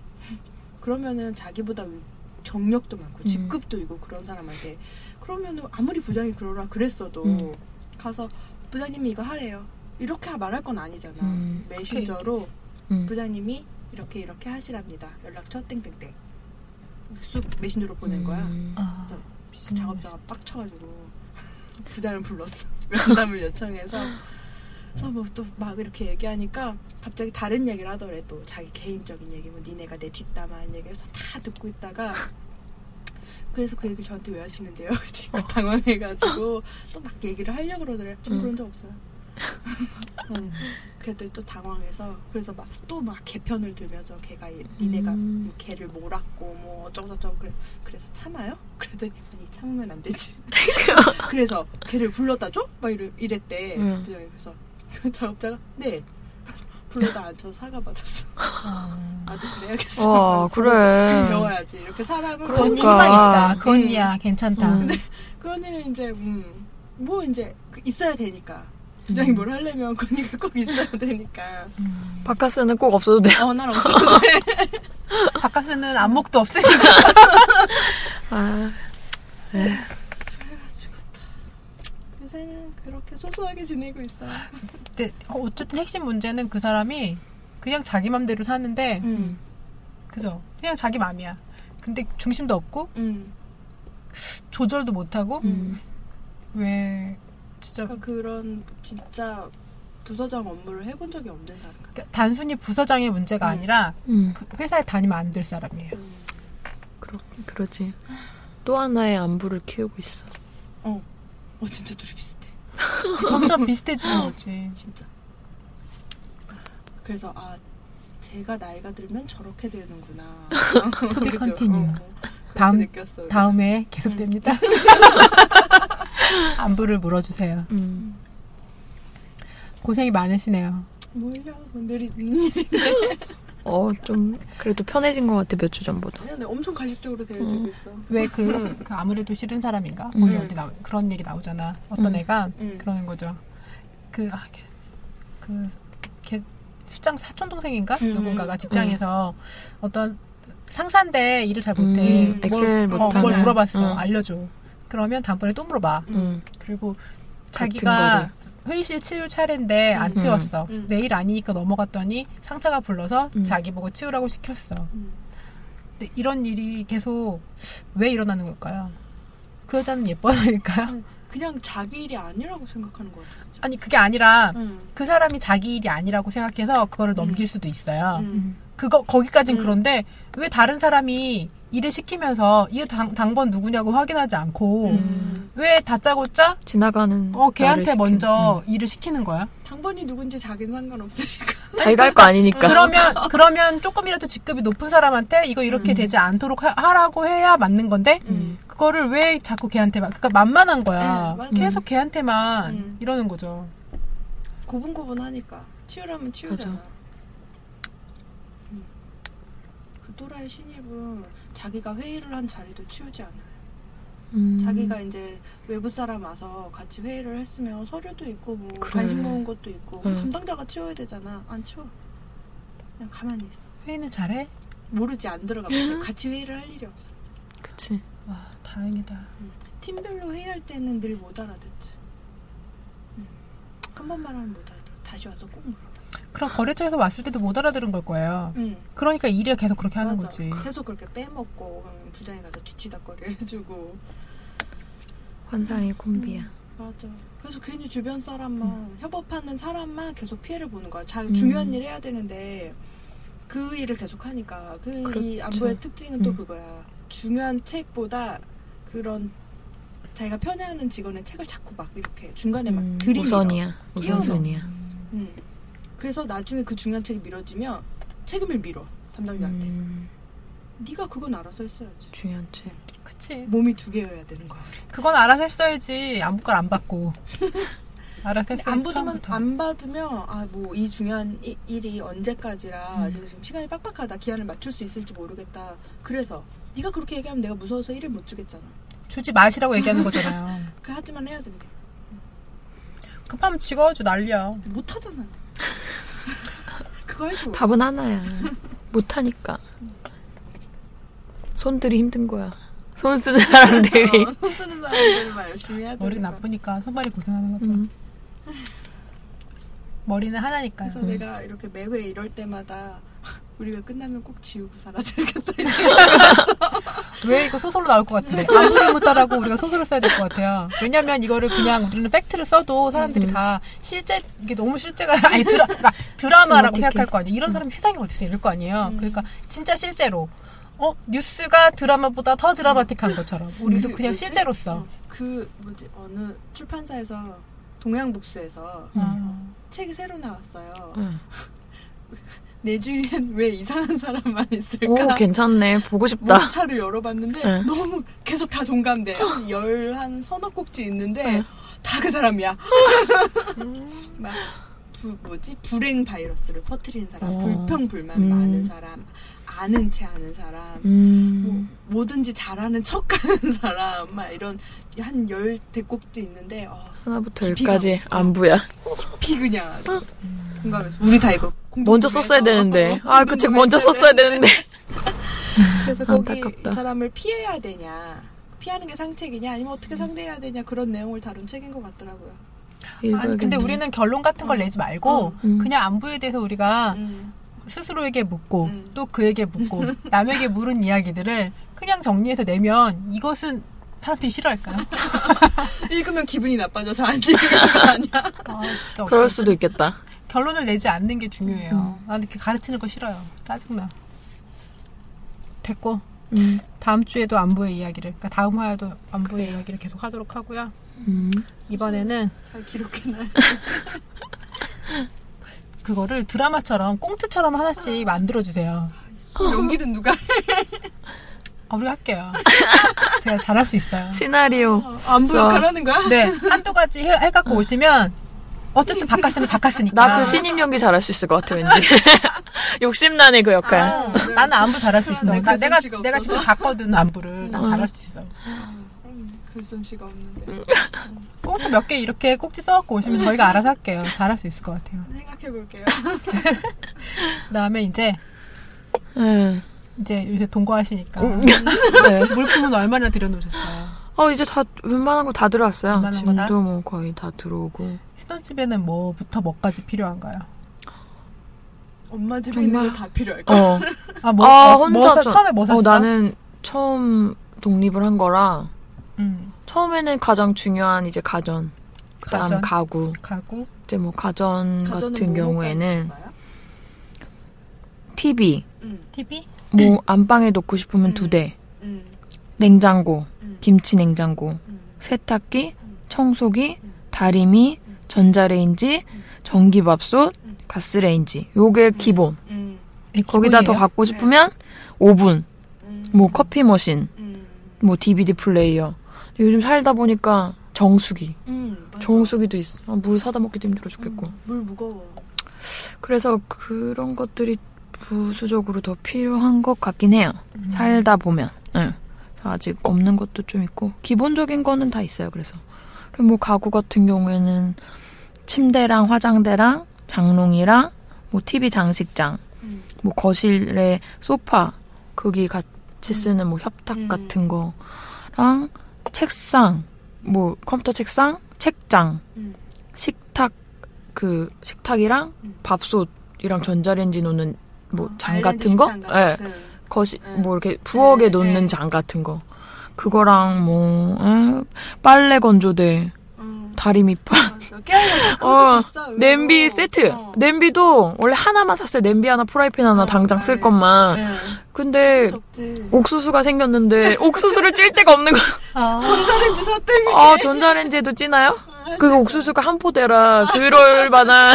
그러면은 자기보다 위- 경력도 많고 음. 직급도 있고 그런 사람한테 그러면은 아무리 부장이 그러라 그랬어도 음. 가서 부장님이 이거 하래요. 이렇게 말할 건 아니잖아. 음. 메신저로 음. 부장님이 이렇게 이렇게 하시랍니다. 연락처 땡땡땡. 쑥 메신저로 보낸 거야. 음. 아, 그래서 미친 작업자가 빡쳐가지고 부장을 불렀어. 면담을 요청해서 그래서 뭐 또 막 이렇게 얘기하니까 갑자기 다른 얘기를 하더래 또 자기 개인적인 얘기 뭐 니네가 내 뒷담화한 얘기해서 다 듣고 있다가 그래서 그 얘기를 저한테 왜 하시는데요? 그러니까 어. 당황해가지고 또 막 얘기를 하려고 그러더래 전 그런 적 없어요 음. 그랬더니 또 당황해서 그래서 막 또 막 개편을 들면서 걔가 얘- 니네가 음. 뭐 걔를 몰았고 뭐 어쩌고저쩌고 그래, 그래서 참아요? 그랬더니 아니 참으면 안 되지 그래서 걔를 불러다 줘? 막 이래, 이랬대 음. 그래서 작업자가 네 불러다 앉혀서 사과 받았어 아. 나도 그래야겠어 와 그래. 배워야지 이렇게 사람은 그 언니 그러니까. 희망 있다. 그 음. 언니야 괜찮다. 음. 그 언니는 이제 음, 뭐 이제 그 있어야 되니까 부장이 뭘 하려면 그 언니가 꼭 있어야 되니까 음. 바카스는 꼭 없어도 돼. 어난 없었는데 바카스는 안목도 없으니까. 아. 아, 죽었다 요새는 그렇게 소소하게 지내고 있어요 근데 어쨌든 핵심 문제는 그 사람이 그냥 자기 맘대로 사는데 음, 그죠? 그냥 자기 맘이야. 근데 중심도 없고 음. 조절도 못하고 음. 왜 진짜 그러니까 그런 진짜 부서장 업무를 해본 적이 없는 사람 같아 그러니까 단순히 부서장의 문제가 음. 아니라 음. 그 회사에 다니면 안 될 사람이에요. 음. 음. 그러, 그러지. 또 하나의 안부를 키우고 있어. 어 진짜 둘이 비슷해 점점 비슷해지는 거지. 진짜 그래서 아 제가 나이가 들면 저렇게 되는구나 To be 그죠? continue. 어, 어. 다음- 느꼈어 다음에 계속됩니다. 안부를 물어주세요. 음. 고생이 많으시네요. 몰려 늘이 늘이 어, 좀, 그래도 편해진 것 같아, 몇 주 전보다. 아니야, 내 엄청 가식적으로 대해주고 있어. 왜 그 아무래도 싫은 사람인가? 음. 거기 어디 나 그런 얘기 나오잖아. 어떤 음. 애가 음. 그러는 거죠. 그, 아, 걔, 그, 걔, 수장 사촌동생인가? 음. 누군가가 직장에서 어떤 상사인데 일을 잘 못해. 음, 엑셀 뭘, 못하는. 어, 뭘 물어봤어. 음. 알려줘. 그러면 다음번에 또 물어봐. 음. 그리고 같은 자기가 회의실 치울 차례인데 안 음. 치웠어. 음. 내일 아니니까 넘어갔더니 상사가 불러서 음. 자기 보고 치우라고 시켰어. 음. 근데 이런 일이 계속 왜 일어나는 걸까요? 그 여자는 예뻐서일까요? 그냥 자기 일이 아니라고 생각하는 것 같아. 진짜. 아니 그게 아니라 음. 그 사람이 자기 일이 아니라고 생각해서 그거를 넘길 수도 있어요. 음. 그거 거기까진 음. 그런데 왜 다른 사람이 일을 시키면서 이 당, 당번 누구냐고 확인하지 않고 음. 왜 다짜고짜 지나가는. 어 걔한테 나를 음. 먼저 시키는. 일을 시키는 거야? 당번이 누군지 자기는 상관없으니까. 음. 자기가 할 거 아니니까. 그러면 그러면 조금이라도 직급이 높은 사람한테 이거 이렇게 음. 되지 않도록 하, 하라고 해야 맞는 건데 음. 그거를 왜 자꾸 걔한테만 그러니까 만만한 거야. 네, 맞아요. 계속 걔한테만 음. 이러는 거죠. 고분고분하니까 치우라면 치우잖아. 맞아. 음. 그 또라이 신입은 자기가 회의를 한 자리도 치우지 않아. 음. 자기가 이제 외부 사람 와서 같이 회의를 했으면 서류도 있고 뭐 그래. 관심 모은 것도 있고 뭐 음. 담당자가 치워야 되잖아. 안 치워. 그냥 가만히 있어. 회의는 잘해? 모르지 안 들어가 봤어. 같이 회의를 할 일이 없어. 그치. 와 다행이다. 팀별로 회의할 때는 늘 못 알아듣지. 음. 한 번만 하면 못 알아들어. 다시 와서 꼭 물어봐. 그럼 거래처에서 왔을 때도 못 알아들은 걸 거예요. 응. 그러니까 일을 계속 그렇게 하는 거지. 계속 그렇게 빼먹고 그럼 부장이 가서 뒤치다거리 해주고. 환상의 콤비야. 맞아. 그래서 괜히 주변 사람만 협업하는 사람만 계속 피해를 보는 거야. 자기 음. 중요한 일 해야 되는데 그 일을 계속 하니까 그 이 그렇지. 안보의 특징은 또 음. 그거야. 중요한 책보다 그런 자기가 편애하는 직원의 책을 자꾸 막 이렇게 중간에 네, 막 음, 들이밀어. 우선이야. 끼워넣어. 우선순위야. 음. 그래서 나중에 그 중요한 책이 미뤄지면 책임을 밀어 담당자한테. 음, 네가 그건 알아서 했어야지. 중요한 책. 그치. 몸이 두 개여야 되는 거야. 우리. 그건 알아서 했어야지 안부걸 안 받고. 알아서 했어야지. 안 받으면 네, 처음부터. 안 받으면 아 뭐 이 중요한 이- 일이 언제까지라 음. 지금 지금 시간이 빡빡하다 기한을 맞출 수 있을지 모르겠다. 그래서 네가 그렇게 얘기하면 내가 무서워서 일을 못 주겠잖아. 주지 마시라고 얘기하는 거잖아요. 그 하지만 해야 된대. 급하면 지가워줘 난리야. 못 하잖아. 그거 할줄 몰라. 답은 하나야. 못하니까. 손들이 힘든 거야. 손 쓰는 사람들이. 어, 손 쓰는 사람들만 열심히 해야 돼. 머리 나쁘니까 손발이 고생하는 거죠. 음. 머리는 하나니까요. 그래서 내가 이렇게 매회 이럴 때마다 우리가 끝나면 꼭 지우고 사라져야겠다. 왜 이거 소설로 나올 것 같은데 아무리 못하라고 우리가 소설을 써야 될 것 같아요. 왜냐면 이거를 그냥 우리는 팩트를 써도 사람들이 음. 다 실제 이게 너무 실제가 아니 드라, 그러니까 드라마라고 어떡해. 생각할 거 아니에요. 음. 이런 사람이 세상에 어디서 이럴 거 아니에요. 음. 그러니까 진짜 실제로 어 뉴스가 드라마보다 더 드라마틱한 것처럼 우리도 음. 그 그냥 뭐지? 실제로 써. 어, 그 뭐지 어느 출판사에서 동양북스에서 음. 아. 책이 새로 음. 나왔어요. 응. 내 주위엔 왜 이상한 사람만 있을까? 오, 괜찮네. 보고 싶다. 목차를 열어봤는데 네. 너무 계속 다 동감돼. 열 한 서너 꼭지 있는데 네. 다 그 사람이야. 막 부, 뭐지 불행 바이러스를 퍼뜨리는 사람, 어. 불평 불만 음. 많은 사람, 아는 체 아는 사람, 뭐, 음. 뭐든지 잘하는 척하는 사람, 막 이런 한 열 대꼭지 있는데 어, 하나부터 깊이가 열까지 안부야. 비 그냥 공감해서 우리 다 이거 공동 음. 먼저 뭐 구매해서 뭐, 썼어야 되는데. 아, 그 공동 책 먼저 구매했어야 썼어야 되는데. 그래서 거기 안타깝다. 이 사람을 피해야 되냐 피하는 게 상책이냐 아니면 어떻게 상대해야 되냐 그런 내용을 다룬 책인 것 같더라고요. 아니, 근데 우리는 결론 같은 걸 어. 내지 말고 음. 그냥 안부에 대해서 우리가 음. 스스로에게 묻고 음. 또 그에게 묻고 남에게 물은 이야기들을 그냥 정리해서 내면 이것은 사람들이 싫어할까요? 그러니까 읽으면 기분이 나빠져서 안 읽는 거 아니야? 아, 진짜 그럴 어쩔 수도 음. 있겠다. 결론을 내지 않는 게 중요해요. 난 이렇게 가르치는 거 싫어요. 짜증나. 됐고 음. 다음 주에도 안부의 이야기를 그러니까 다음 화에도 안부의 이야기를 계속 하도록 하고요. 음. 이번에는 잘 기록해놔. 그거를 드라마처럼 꽁트처럼 아. 하나씩 만들어 주세요. 연기는 누가? 해? 아, 우리가 할게요. 제가 잘할 수 있어요. 시나리오. 안 보여 자. 그러는 거야? 네, 한두 가지 해, 해갖고 오시면 어쨌든 바꿨으면 바꿨으니까. 나 그 신입 연기 잘할 수 있을 것 같아, 왠지. 욕심나네, 그 역할. 아, 네. 어. 나는 안부 잘할 수 있어. 그런데 나- 내가 글솜씨가 내가 없어서. 직접 봤거든 안부를. 난 음. 잘할 수 있어. 음, 글솜씨가 없는데 꽁트 몇 개 이렇게 꼭지 써갖고 오시면 저희가 알아서 할게요. 잘할 수 있을 것 같아요. 생각해 볼게요. 그다음에 이제 네. 이제 요새 동거하시니까 네. 물품은 얼마나 들여놓으셨어요? 어, 이제 다, 웬만한 거 다 들어왔어요. 웬만한 거 다? 짐도 뭐 거의 다 들어오고. 신혼집에는 뭐부터 뭐까지 필요한가요? 엄마 집에 있는 정말? 거 다 필요할 거야. 어. 아, 뭐, 아, 뭐, 혼자 뭐 사- 저- 처음에 뭐 샀어? 어, 나는 처음 독립을 한 거라 음, 처음에는 가장 중요한 이제 가전, 그다음 가전. 가구 가구, 이제 뭐 가전 가전은 같은 뭐 경우에는 먹고 있어요? TV, 음, TV, 뭐 안방에 놓고 싶으면 음. 두 대, 음, 냉장고, 음, 김치 냉장고, 음. 세탁기, 음. 청소기, 음. 다리미, 음. 전자레인지, 음. 전기밥솥, 음. 가스레인지. 요게 기본. 음, 이게 거기다 더 네, 기본이에요? 갖고 싶으면 오븐, 음, 뭐 커피 머신, 음, 뭐 DVD 플레이어. 근데 요즘 살다 보니까 정수기. 음, 맞아. 정수기도 있어. 아, 물 사다 먹기도 힘들어 죽겠고. 음, 물 무거워. 그래서 그런 것들이 부수적으로 더 필요한 것 같긴 해요. 살다 보면. 예. 그래서 아직 없는 것도 좀 있고 기본적인 거는 다 있어요. 그래서 그리고 뭐 가구 같은 경우에는 침대랑 화장대랑 장롱이랑 뭐 TV 장식장, 음. 뭐 거실에 소파 거기 가, 같이 쓰는 뭐 협탁 음. 같은 거랑 책상, 뭐 컴퓨터 책상, 책장, 음. 식탁 그 식탁이랑 음. 밥솥이랑 전자레인지 놓는 뭐 어, 장 아일랜드 같은 거, 식당 예, 같은. 거시 네. 뭐 이렇게 부엌에 네, 놓는 네. 장 같은 거, 그거랑 뭐 에, 빨래 건조대, 어, 다리 밑밥. 맞아. 깨알같이 그것도 어, 비싸, 의외로. 냄비 세트. 어. 냄비도 원래 하나만 샀어요. 냄비 하나, 프라이팬 하나 어, 당장 쓸 네. 것만. 네. 근데 적지. 옥수수가 생겼는데 옥수수를 찔 데가 없는 거야. 아, 전자레인지 샀다며. 아, 전자레인지에도 찌나요? 아, 그 옥수수가 한 포대라 그럴 만한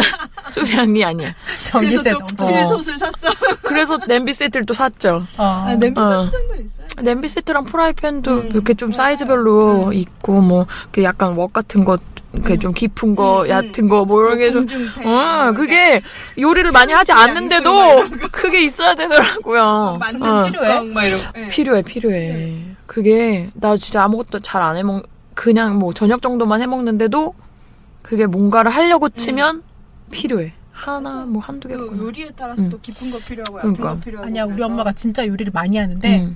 수량이 아니야. 그래서 전기세도 엄청. 또 어. 필솥을 샀어. 그래서 냄비 세트를 또 샀죠. 어. 아, 냄비 어. 세트 정도는 있어요. 냄비 세트랑 프라이팬도 음, 이렇게 좀 맞아요. 네. 사이즈별로 있고 뭐 이렇게 약간 웍 같은 거 이렇게 좀 깊은 거, 음, 음. 얕은 거, 뭐 이런 게 좀. 공중패. 어, 그게 요리를 많이 하지 양수 막 않는데도 이런 그게 있어야 되더라고요. 만든 어. 필요해? 뚜껑 막 이런. 거. 예. 필요해, 필요해. 네. 그게, 나 진짜 아무것도 잘 안 해먹, 그냥 뭐 저녁 정도만 해먹는데도 그게 뭔가를 하려고 치면 필요해. 하나, 뭐 한두 개. 음. 그 요리에 따라서 음. 또 깊은 거 필요하고 얕은 그러니까. 거 필요하고. 아니야, 우리 그래서 엄마가 진짜 요리를 많이 하는데,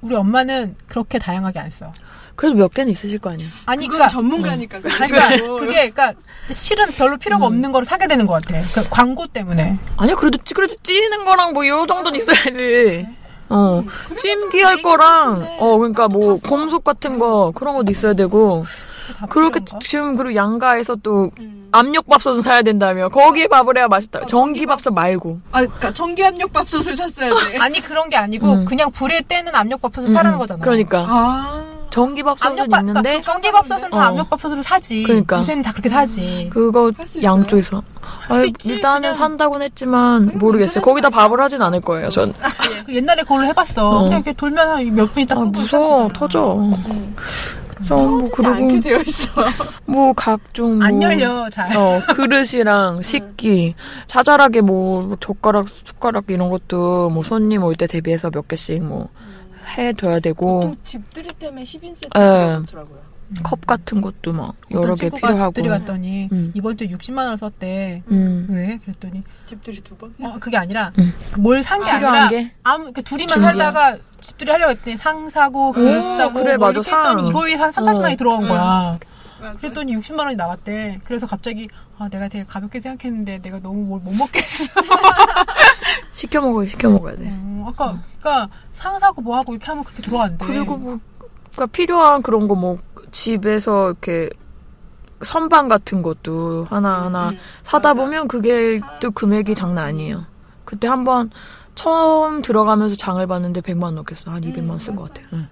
우리 엄마는 그렇게 다양하게 안 써. 음. 그래도 몇 개는 있으실 거 아니야. 아니, 그건 그니까. 전문가니까. 아니, 그러니까 그게 그러니까 실은 별로 음. 필요가 없는 거를 사게 되는 것 같아. 그 광고 때문에. 아니야, 그래도, 찌- 그래도 찌는 거랑 뭐 요 정도는 있어야지. 어. 그래도 찜기할 좀 거랑, 얘기했었는데 어, 그러니까 뭐, 봤어. 곰속 같은 거, 그런 것도 있어야 되고. 다 그렇게 필요한 아, 거야? 지금, 그리고 양가에서 또, 음. 압력밥솥은 사야 된다며. 거기에 밥을 해야 맛있다. 어, 전기밥솥 전기밥솥. 말고. 아, 그러니까 전기압력 밥솥을 샀어야 돼. 아니 그런 게 아니고 음. 그냥 불에 떼는 압력밥솥을 사라는 거잖아. 그러니까. 아. 전기밥솥은 압력밥 있는데 그러니까 전기밥솥은 어. 다 압력밥솥으로 사지. 그러니까. 음. 요새는 다 그렇게 사지. 그거 할수 있어요? 양쪽에서 아, 수 있지, 일단은 그냥. 산다고는 했지만 모르겠어요. 인터넷으로 거기다 하니까. 밥을 하진 않을 거예요. 전 아 그 옛날에 그걸로 해봤어. 어. 그냥 이렇게 돌면 한몇 분이 딱 끄고 무서워 시작하잖아. 터져. 음. 그래서 뭐 그러지 않게 그리고 되어 있어. 뭐 각종 뭐 안 열려 잘. 어 네. 그릇이랑 식기 자잘하게 뭐 젓가락 숟가락 이런 것도 뭐 손님 올 때 대비해서 몇 개씩 뭐 음. 해둬야 되고 보통 집들이 때문에 10인 세트 예. 그렇더라고요. 컵 같은 것도 막 여러 어떤 개 친구가 집들이 필요하고 갔더니 음. 이번 주에 60만 원을 썼대. 음 왜? 그랬더니 집들이 두 번. 어 그게 아니라 음. 뭘 산 게 아, 아, 니라 필요한 게 아무 그 둘이만 준비야. 살다가 집들이 하려고 했더니 상 사고 오, 그릇 사고 그래, 뭐 맞아, 이렇게 했더니 상. 이거에 한 3, 40만 원이 어. 들어간 거야. 맞아. 그랬더니 60만 원이 나왔대. 그래서 갑자기 아 내가 되게 가볍게 생각했는데 내가 너무 뭘 못 먹겠어. 시켜 먹어야 시켜 먹어야 돼. 음, 아까 그러니까 상 사고 뭐 하고 이렇게 하면 그렇게 들어간대. 그리고 뭐 그러니까 필요한 그런 거 뭐 집에서 이렇게 선반 같은 것도 하나하나 음, 사다 맞아. 보면 그게 또 금액이 장난 아니에요. 그때 한번 처음 들어가면서 장을 봤는데 100만 원 넣겠어. 음, 한 200만 원 쓴 것 같아. 응.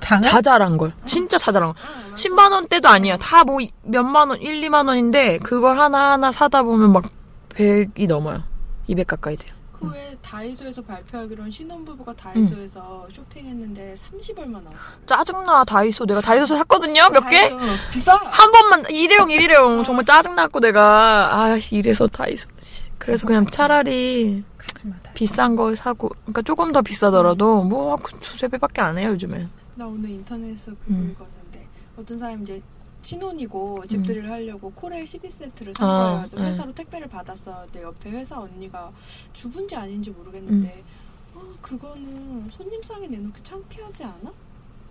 장은 자잘한 걸. 진짜 자잘한 걸. 10만 원대도 아니야. 다 뭐 몇만 원, 1, 2만 원인데 그걸 하나하나 사다 보면 막 100이 넘어요. 200 가까이 돼요. 그 외에 다이소에서 발표하기로는 음. 신혼부부가 다이소에서 쇼핑했는데 30얼마 나왔어. 짜증나 다이소. 내가 다이소에서 샀거든요. 아, 몇 개? 비싸. 한 번만 일회용 일회용 정말 짜증났고 내가 아씨 이래서 다이소 씨. 그래서 그냥 차라리 가지마다. 비싼 거 사고 그러니까 조금 더 비싸더라도 뭐 그 두세 배밖에 안 해요 요즘엔 나 오늘 인터넷에서 그걸 음. 읽었는데 어떤 사람이 이제 신혼이고 집들이를 하려고 코렐 12세트를 음. 산 아, 거예요. 그래서 네. 회사로 택배를 받았어. 근데 옆에 회사 언니가 주부인지 아닌지 모르겠는데 음. 어, 그거는 손님상에 내놓기 창피하지 않아?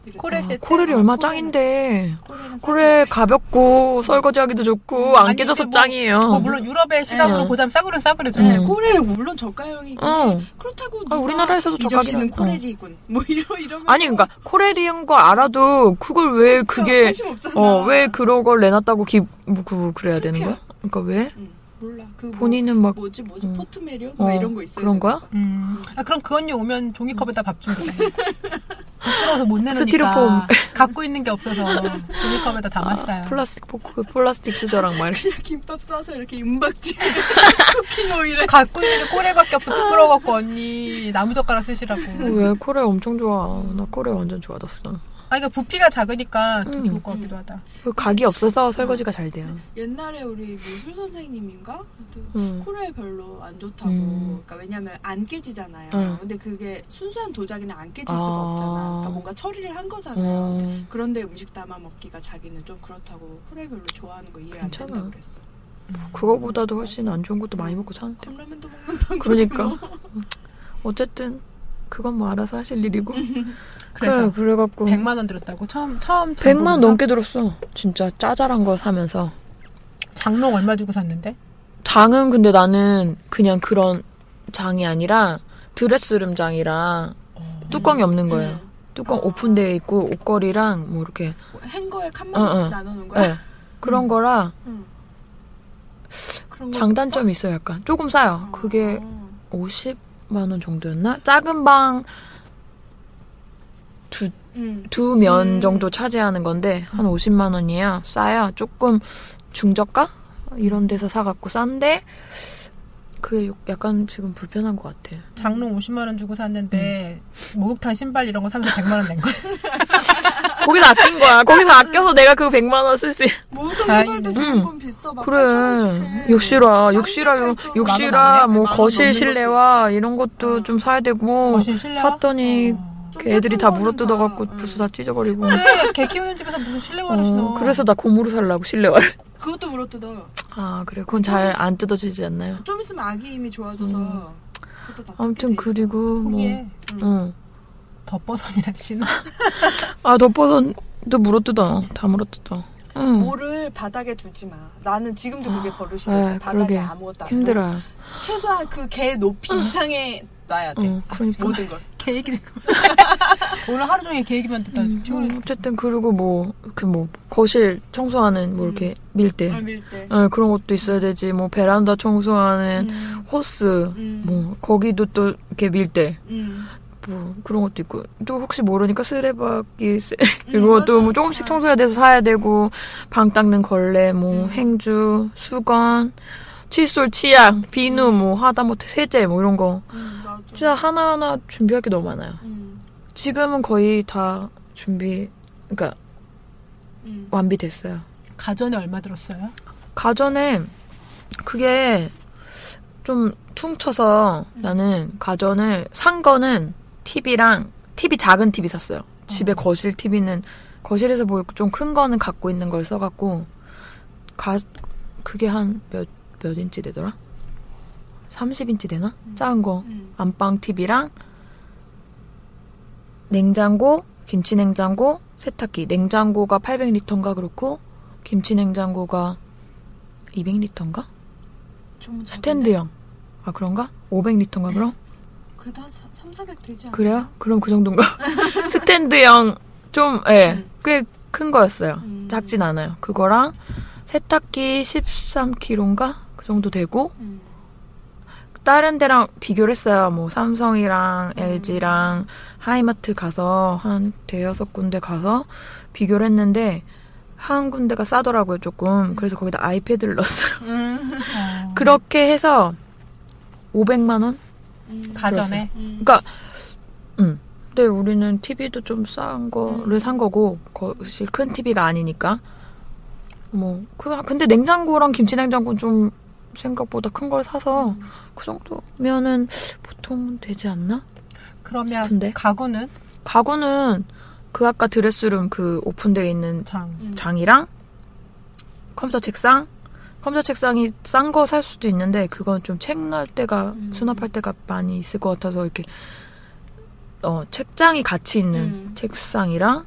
이랬다. 코렐 세트. 어, 코렐이 아, 얼마 코렐은- 짱인데 코렐은 코렐 가볍고 설거지하기도 좋고 음, 안 아니, 깨져서 이게 뭐- 짱이에요 뭐 물론 유럽의 시각으로 응. 고참 싸구려 싸구려죠. 싸게- 네, 음. 코렐 물론 저가형이긴 어. 해. 그렇다고 아, 누가 우리나라에서도 이 저가긴 정신은 하- 코렐이군. 뭐 이러 이러면 아니 그러니까 코렐인 걸 알아도 그걸 왜 그게 관심 없잖아. 어 왜 그런 걸 내놨다고 기뭐그 그래야 되는 창피해. 거야? 그러니까 왜 응, 몰라. 그 뭐- 본인은 막 뭐지 뭐지 음. 포트메리온 어, 뭐 이런 거 있어요. 그런 거야? 음. 아 그럼 그 언니 오면 종이컵에다 밥 주고. 부끄러워서 못 내놓으니까. 스티로폼. 갖고 있는 게 없어서 종이컵에다 담았어요. 플라스틱 포크 플라스틱 수저랑 말 김밥 싸서 이렇게 은박지 쿠킹 오일에 갖고 있는 게 꼬레밖에 없어 부끄러워갖고 언니 나무젓가락 쓰시라고. 왜 코레 엄청 좋아. 나 코레 완전 좋아졌어. 아 그러니까 부피가 작으니까 좀 음. 좋을 것 같기도 하다. 그 각이 없어서 설거지가 잘 돼요. 옛날에 우리 뭐 미술 선생님인가 하여튼 음. 코레 별로 안 좋다고 음. 그러니까 왜냐면 안 깨지잖아요. 음. 근데 그게 순수한 도자기는 안 깨질 아. 수가 없잖아. 그러니까 뭔가 처리를 한 거잖아요. 어, 그런데 음식 담아 먹기가 자기는 좀 그렇다고 코레 별로 좋아하는 거 이해 안 괜찮아. 된다 고 그랬어. 그거보다도 훨씬 안 좋은 것도 많이 먹고 사는데. 컵라면도 먹는다. 그러니까. 어, 어쨌든 그건 뭐 알아서 하실 일이고. 그래, 그래서 그래갖고. 100만 원 들었다고 처음 처음 장 100만 보면서 넘게 들었어. 진짜 짜잘한 거 사면서. 장롱 얼마 주고 샀는데? 장은 근데 나는 그냥 그런 장이 아니라 드레스룸 장이라 어. 뚜껑이 없는 네. 거예요. 뚜껑 오픈되어 있고 옷걸이랑 뭐 이렇게 행거에 칸만 어, 어. 나누는 거야. 예. 그런 거라 응. 그런 거 장단점이 있어요 약간 조금 싸요 뭐 없어? 그게 어. 50만 원 정도였나? 작은 방 응. 두 면 음. 정도 차지하는 건데 한 50만 원이야. 싸야 조금 중저가 이런 데서 사갖고 싼데 그게 요- 약간 지금 불편한 것 같아. 장롱 50만 원 주고 샀는데 음. 목욕탕 신발 이런 거 사면서 100만 원 낸 거야. 거기서 아낀 거야. 거기서 아껴서 내가 그 100만 원 쓸 수. 있... 목욕탕 다행이네. 신발도 좋은 건 비싸. 막 음. 어, 그래. 8,000원씩 해. 욕실화, 싼 욕실화, 데가 요- 있잖아. 욕실화, 뭐 만원 거실 넘는 것도 실내화 이런 것도 어. 좀 사야 되고 거실 실내화? 샀더니 어. 좀 그 애들이 다 예쁜 거는 물어뜯어갖고 다, 벌써 응. 다 찢어버리고. 그래, 개 키우는 집에서 무슨 실내화를 신어. 음. 어, 그래서 나 고무로 살라고 실내화를. 그것도 물어뜯어. 아 그래, 그건 잘 안 뜯어지지 않나요? 좀 있으면 아기 힘이 좋아져서. 그것도 다 음. 아무튼 뜯게 돼 그리고 뭐, 포기해. 응. 덮버선이랑 신어. 아 덮어선도 물어뜯어, 다 물어뜯어. 있어. 응. 뭐를 바닥에 두지 마. 나는 지금도 그게 버릇이 음. 아, 됐어. 바닥에 그러게. 아무것도 안 힘들어요. 아. 두고. 최소한 그 개 높이 이상에 놔야 돼. 어, 그러니까. 모든 걸. 개 얘기 좀. 오늘 하루 종일 개 얘기만 듣다 지금 피곤해. 음, 어쨌든 그리고 뭐 이렇게 뭐 거실 청소하는 뭐 이렇게 밀대, 아, 밀 때. 예, 그런 것도 있어야 되지. 뭐 베란다 청소하는 음. 호스, 음. 뭐 거기도 또 이렇게 밀대, 음. 뭐 그런 것도 있고 또 혹시 모르니까 쓰레받기 쓰- 음, 이거 맞아. 또뭐 조금씩 청소해야 돼서 사야 되고 방 닦는 걸레, 뭐 음. 행주, 수건, 칫솔, 치약, 비누, 뭐 하다못해 세제 뭐 이런 거 음, 맞아. 진짜 하나하나 준비할 게 너무 많아요. 음. 지금은 거의 다 준비, 그러니까 음. 완비됐어요. 가전에 얼마 들었어요? 가전에 그게 좀 퉁쳐서 음. 나는 가전을 산 거는 TV랑 TV 작은 TV 샀어요. 집에 거실 TV는 거실에서 보고 좀 큰 거는 갖고 있는 걸 써갖고 가 그게 한 몇 몇 인치 되더라? 30인치 되나? 작은 거 음. 안방 TV랑 냉장고 김치 냉장고 세탁기 냉장고가 800리터인가 그렇고 김치 냉장고가 200리터인가? 좀 작은데? 스탠드형. 아, 그런가? 500리터인가, 그럼? 그래도 한 3, 400 되지 않아? 그래요? 그럼 그 정도인가? 스탠드형, 좀, 예, 음. 꽤 큰 거였어요. 음. 작진 않아요. 그거랑 세탁기 13kg인가? 그 정도 되고, 음. 다른 데랑 비교를 했어요. 뭐, 음. 삼성이랑 LG랑 하이마트 가서 한 대여섯 군데 가서 비교를 했는데, 한 군데가 싸더라고요, 조금. 그래서 거기다 아이패드를 넣었어요. 음. 어, 그렇게 해서 500만원? 음. 가전에 음. 그러니까 음. 근데 우리는 TV도 좀 싼 거를 음. 산 거고 거실 큰 TV가 아니니까 뭐 그, 근데 냉장고랑 김치냉장고는 좀 생각보다 큰 걸 사서 그 정도면은 보통 되지 않나? 그러면 싶은데? 가구는 가구는 그 아까 드레스룸 그 오픈되어 있는 장 음. 장이랑 컴퓨터 책상 컴퓨터 책상이 싼 거 살 수도 있는데 그건 좀 책 날 때가 음. 수납할 때가 많이 있을 것 같아서 이렇게 어 책장이 같이 있는 음. 책상이랑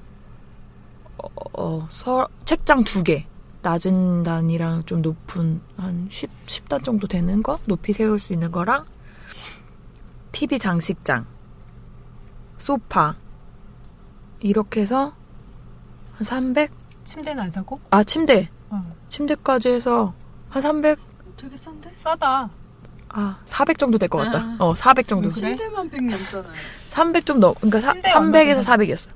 어, 어, 서- 책장 두 개 낮은 단이랑 좀 높은 한 10, 10단 정도 되는 거 높이 세울 수 있는 거랑 TV 장식장 소파 이렇게 해서 한 300? 침대는 안 사고 아 침대 어. 침대까지 해서 한 300? 되게 싼데? 싸다. 아, 400 정도 될 것 같다. 어, 400 정도. 아. 그래? 침대만 100 넘잖아요. 300좀 넘, 그러니까 사, 침대 얼마 300에서 정도? 400이었어.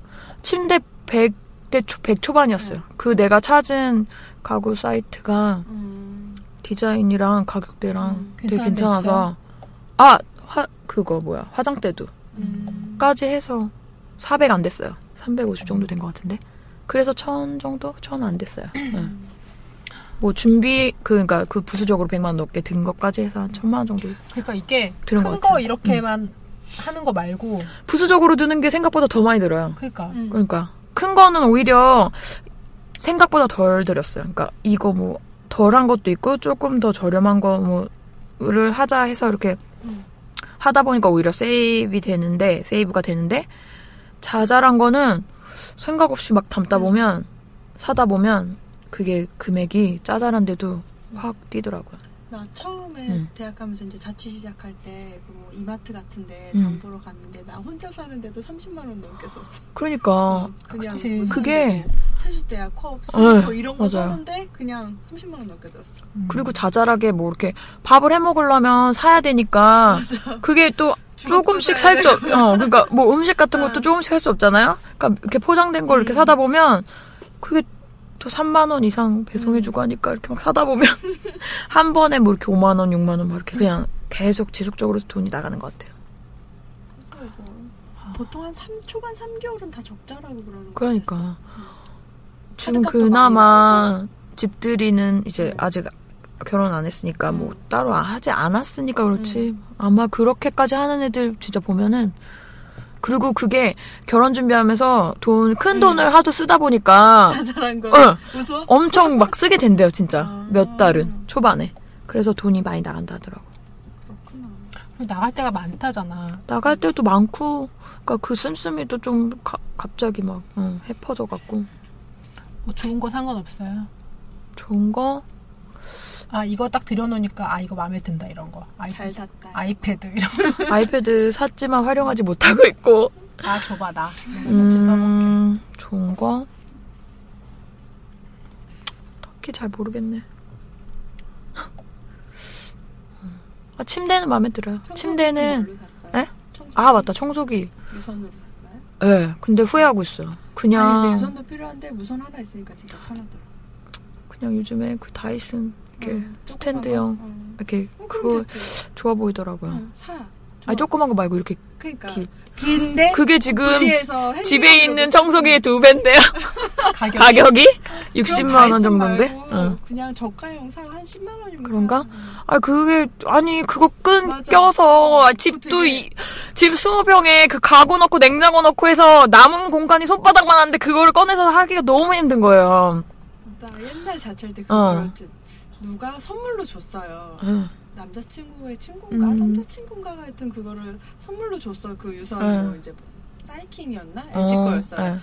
침대 100대 초, 100 초반이었어요. 네. 그 내가 찾은 가구 사이트가 음. 디자인이랑 가격대랑 음, 되게 괜찮은 데 괜찮아서. 아, 화, 그거 뭐야. 화장대도. 음. 까지 해서 400 안 됐어요. 350 정도 된 것 같은데. 그래서 1000 정도? 1000 안 됐어요. 예. 뭐 준비 그 그러니까 그 부수적으로 100만 원 넘게 든 것까지 해서 한 1000만 원 정도. 그러니까 이게 들은 큰 것 거 같아요. 음. 이렇게만 하는 거 말고 부수적으로 드는 게 생각보다 더 많이 들어요. 그러니까 음. 그러니까 큰 거는 오히려 생각보다 덜 들였어요. 그러니까 이거 뭐 덜한 것도 있고 조금 더 저렴한 거 뭐를 하자 해서 이렇게 음. 하다 보니까 오히려 세이브이 되는데 세이브가 되는데 자잘한 거는 생각 없이 막 담다 보면 사다 보면 그게 금액이 짜잘한데도 확 뛰더라고요. 나 처음에 음. 대학 가면서 이제 자취 시작할 때뭐 이마트 같은데 음. 장 보러 갔는데 나 혼자 사는데도 30만 원 넘게 썼어. 그러니까 그냥 그치. 뭐 그게- 세수대야 컵, 네, 소스 뭐 이런 거 맞아요. 사는데 그냥 30만 원 넘게 들었어. 그리고 자잘하게 뭐 이렇게 밥을 해 먹으려면 사야 되니까 그게 또 주먹도 조금씩 사야 살죠. 어, 그러니까 뭐 음식 같은 것도 조금씩 살 수 없잖아요. 그러니까 이렇게 포장된 걸 음. 이렇게 사다 보면 그게 또 3만 원 이상 음. 배송해주고 하니까 이렇게 막 사다 보면 한 번에 뭐 이렇게 5만 원, 6만 원 막 이렇게 그냥 계속 지속적으로 돈이 나가는 것 같아요. 그래서 이거 보통 한 3, 초반 3개월은 다 적자라고 그러는 거 같았어. 그러니까 지금 카드값도 많이 그나마 집들이는 이제 음. 아직 결혼 안 했으니까 뭐 따로 하지 않았으니까 그렇지 음. 아마 그렇게까지 하는 애들 진짜 보면은 그리고 그게 결혼 준비하면서 돈 큰 음. 돈을 하도 쓰다 보니까 자잘한 거. 어, 웃어? 엄청 막 쓰게 된대요 진짜 음. 아. 몇 달은 초반에 그래서 돈이 많이 나간다 하더라고 그렇구나. 그리고 나갈 때가 많다잖아. 음. 나갈 때도 많고 그러니까 그 씀씀이도 좀 가- 갑자기 막 어, 헤퍼져 갖고 뭐 좋은 거 상관없어요. 좋은 거 아 이거 딱 들여놓으니까 아 이거 마음에 든다 이런 거. 아이, 잘 샀다. 아이패드 이런 아이패드 샀지만 활용하지 못하고 있고 거. 아 줘봐 나. 뭐 같이 써봐. 음, 좋은 거 딱히 잘 모르겠네. 아, 침대는 마음에 들어요. 침대는 뭘로 샀어요? 에? 청소기 아 맞다 청소기. 유선으로 샀어요? 예, 근데 후회하고 있어. 요 아니 근데 그냥 유선도 필요한데 무선 하나 있으니까 진짜 편하더라. 그냥 요즘에 그 다이슨 이렇게 응, 스탠드형 조그마한 거. 응. 이렇게 어, 음, 그거 그럼 됐지. 좋아 보이더라고요. 응, 사. 아 조그만 거 말고 이렇게 그러니까 기- 긴데 그게 지금 분리해서 지- 핸드폰으로 집에 있는 쓰고. 청소기의 두 배인데요. 가격. 음. 가격이 그럼 60만 원 다이슨 정도인데. 어. 말고 응. 그냥 저가형 사 한 10만 원이면 그런가? 사. 아 그게 아니 그거 맞아. 끊겨서 아, 집도 그거 되게- 이, 집 20평에 그 가구 넣고 냉장고 넣고 해서 남은 공간이 손바닥만 한데 그거를 꺼내서 하기가 너무 힘든 거예요. 나 옛날 자취할 때 어. 그걸 어. 누가 선물로 줬어요. 응. 남자친구의 친구인가 음. 남자친구인가가 하여튼 그거를 선물로 줬어 그 유선 뭐 응. 이제 무슨 사이킹이었나 어, LG 거였어요. 예.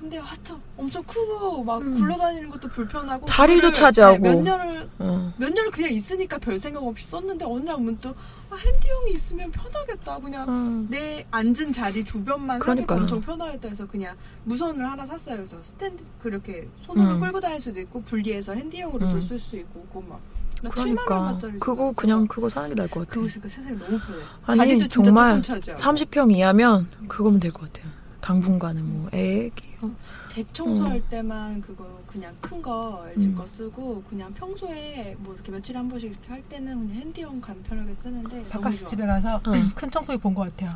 근데 하여튼 엄청 크고 막 음. 굴러다니는 것도 불편하고 자리도 그거를 네, 차지하고. 몇 년을 어. 몇 년을 그냥 있으니까 별 생각 없이 썼는데 어느 날 문득 아, 핸디형이 있으면 편하겠다 그냥 음. 내 네, 앉은 자리 주변만 그러니까. 하기도 엄청 편하겠다 해서 그냥 무선을 하나 샀어요 그래서 스탠드 그렇게 손으로 음. 끌고 다닐 수도 있고 분리해서 핸디형으로도 음. 쓸 수 있고 그거 막나 7만 그러니까 원짜리 그거 그냥 그거 사는 게 나을 것 같아. 그거 진짜 세상에 너무 편해 아니, 자리도 진짜 정말 조금 차지하고 30평 이하면 그거면 될 것 같아요. 당분간은 뭐 음. 애기 어, 대청소할 때만 그거 그냥 큰 거 LG 음. 거 쓰고 그냥 평소에 뭐 이렇게 며칠에 한 번씩 이렇게 할 때는 그냥 핸디형 간편하게 쓰는데 너무 바깥에 좋아. 집에 가서 응. 큰 청소기 본 거 같아요.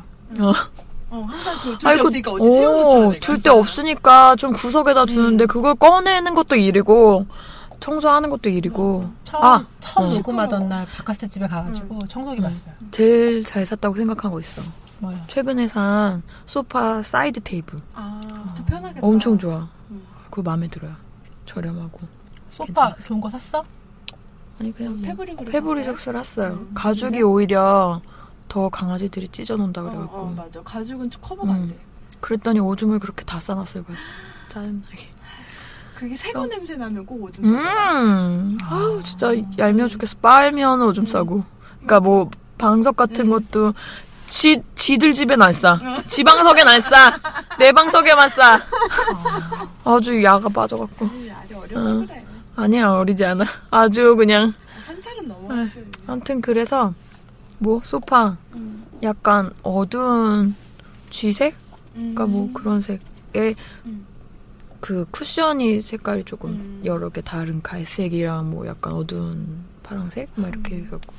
어 항상 그둘데 아이고, 없으니까 어디 세워놓잖아 내가 둘데 항상. 없으니까 좀 구석에다 두는데 음. 그걸 꺼내는 것도 일이고 청소하는 것도 일이고 처음 아, 처음 응. 녹음하던 날 바깥에 집에 가가지고 청소기 봤어요. 제일 잘 샀다고 생각하고 있어. 뭐요? 최근에 산 소파 사이드 테이블 아 그것도 편하겠다 엄청 좋아. 음. 그거 마음에 들어요. 저렴하고. 소파 괜찮았어. 좋은 거 샀어? 아니 그냥 뭐 패브릭으로 음. 샀어요? 패브리적스를 샀어요. 음, 가죽이 진짜? 오히려 더 강아지들이 찢어놓는다 어, 그래갖고. 어 맞아 가죽은 커버가 음. 안 돼. 그랬더니 오줌을 그렇게 다 싸놨어요 벌써. 짜증나게. 그게 새거 어. 냄새 나면 꼭 오줌 음. 싸더라. 아우 진짜 얄미워 죽겠어. 빨면 오줌 싸고. 그러니까 뭐 방석 같은 것도 지 지들 집엔 안 싸. 지 방석엔 안 싸. 내 방석에만 싸. 아주 야가 빠져갖고. 아니, 아직 어려서 어. 그래. 아니야 어리지 않아. 아주 그냥 한 살은 넘어갔지. 아무튼 그래서 뭐 소파 음. 약간 어두운 쥐색? 그러니까 음. 뭐 그런 색의 음. 그 쿠션이 색깔이 조금 음. 여러 개 다른 갈색이랑 뭐 약간 어두운 파랑색 막 음. 이렇게 해갖고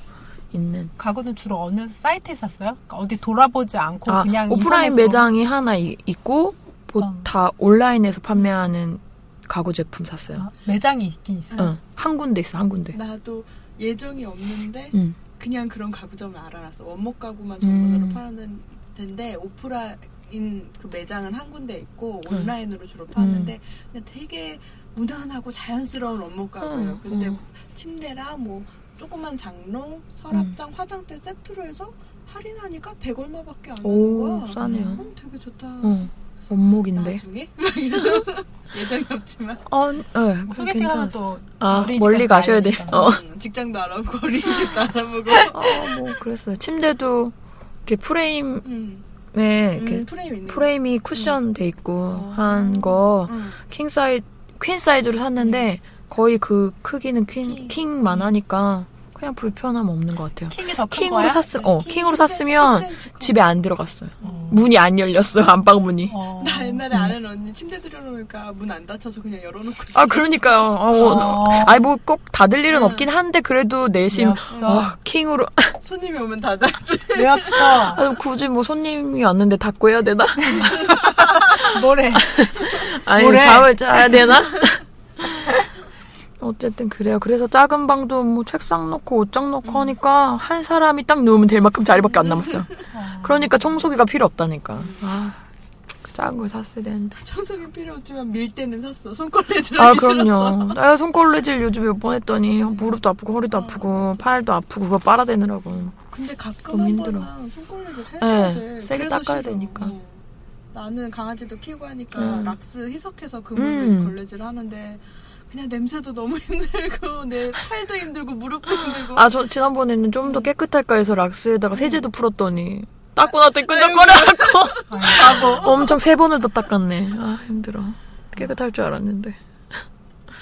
있는 가구는 주로 어느 사이트에 샀어요? 그러니까 어디 돌아보지 않고 아 그냥 오프라인 인터넷으로? 매장이 하나 이- 있고 보- 어. 다 온라인에서 판매하는 가구 제품 샀어요. 아, 네. 매장이 있긴 있어. 어, 한 군데 있어 한 군데. 나도 예정이 없는데 음. 그냥 그런 가구점을 알아놨어. 원목 가구만 전문으로 음. 파는 데인데 오프라인 그 매장은 한 군데 있고 음. 온라인으로 주로 파는데 그냥 되게 무난하고 자연스러운 원목 가구예요. 음, 근데 음. 침대랑 뭐 조그만 장롱, 서랍장, 화장대 세트로 해서 할인하니까 100 얼마밖에 안 하는 오, 거야. 싸네요. 네. 어, 되게 좋다. 음. 어, 아, 원목인데. 나중에 막 이런 예정이 없지만 아, 예, 네, 그거 뭐 소개팅 하면 괜찮았어. 또 아, 어린이집 멀리 가서 가셔야 돼요. 가야 되니까. 어. 음, 직장도 알아보고 어린이집도 알아보고 아, 뭐, 그랬어요. 침대도 이렇게 프레임에 음, 네, 이렇게 음, 프레임 있는 프레임이 쿠션 돼 있고 어. 한 거, 거. 음. 킹 사이 퀸 사이즈로 샀는데 거의 그 크기는 킹. 퀸 킹만 하니까 그냥 불편함 없는 것 같아요. 킹이 더 큰 킹으로 거야? 네, 샀음 어 킹 킹으로 10cm 샀으면 커. 집에 안 들어갔어요. 어. 문이 안 열렸어요 안방 문이. 어. 나 옛날에 아는 언니 침대 들여놓으니까 문 안 닫혀서 그냥 열어놓고 아 그러니까요. 어, 어. 아니 뭐 꼭 닫을 일은 응. 없긴 한데 그래도 내심 외압서 아, 킹으로 살았어. 손님이 오면 닫아 외압서 아, 굳이 뭐 손님이 왔는데 닫고 해야 되나? 뭐래 아니 뭐래? 잠을 자야 되나? 어쨌든 그래요. 그래서 작은 방도 뭐 책상 놓고 옷장 놓고 하니까 한 사람이 딱 누우면 될 만큼 자리밖에 안 남았어요. 어. 그러니까 청소기가 필요 없다니까. 아, 그 작은 걸 샀어야 되는데. 청소기 필요 없지만 밀 때는 샀어 손걸레질 아, 하기 싫었어 그럼요. 나 손걸레질 요즘 몇 번 했더니 무릎도 아프고 허리도 아프고 팔도 아프고 그거 빨아대느라고. 근데 가끔 너무 한 힘들어. 번은 손걸레질 해줘야 네, 돼 세게 그래서 닦아야 싫어. 되니까. 어. 나는 강아지도 키우고 하니까 음. 락스 희석해서 그물로 음. 걸레질 하는데 그냥 냄새도 너무 힘들고 내 팔도 힘들고 무릎도 힘들고 아, 저 지난번에는 좀 더 깨끗할까 해서 락스에다가 세제도 풀었더니 닦고 나더니 끈적거려갖고 엄청 세 번을 더 닦았네. 아, 힘들어. 깨끗할 줄 알았는데.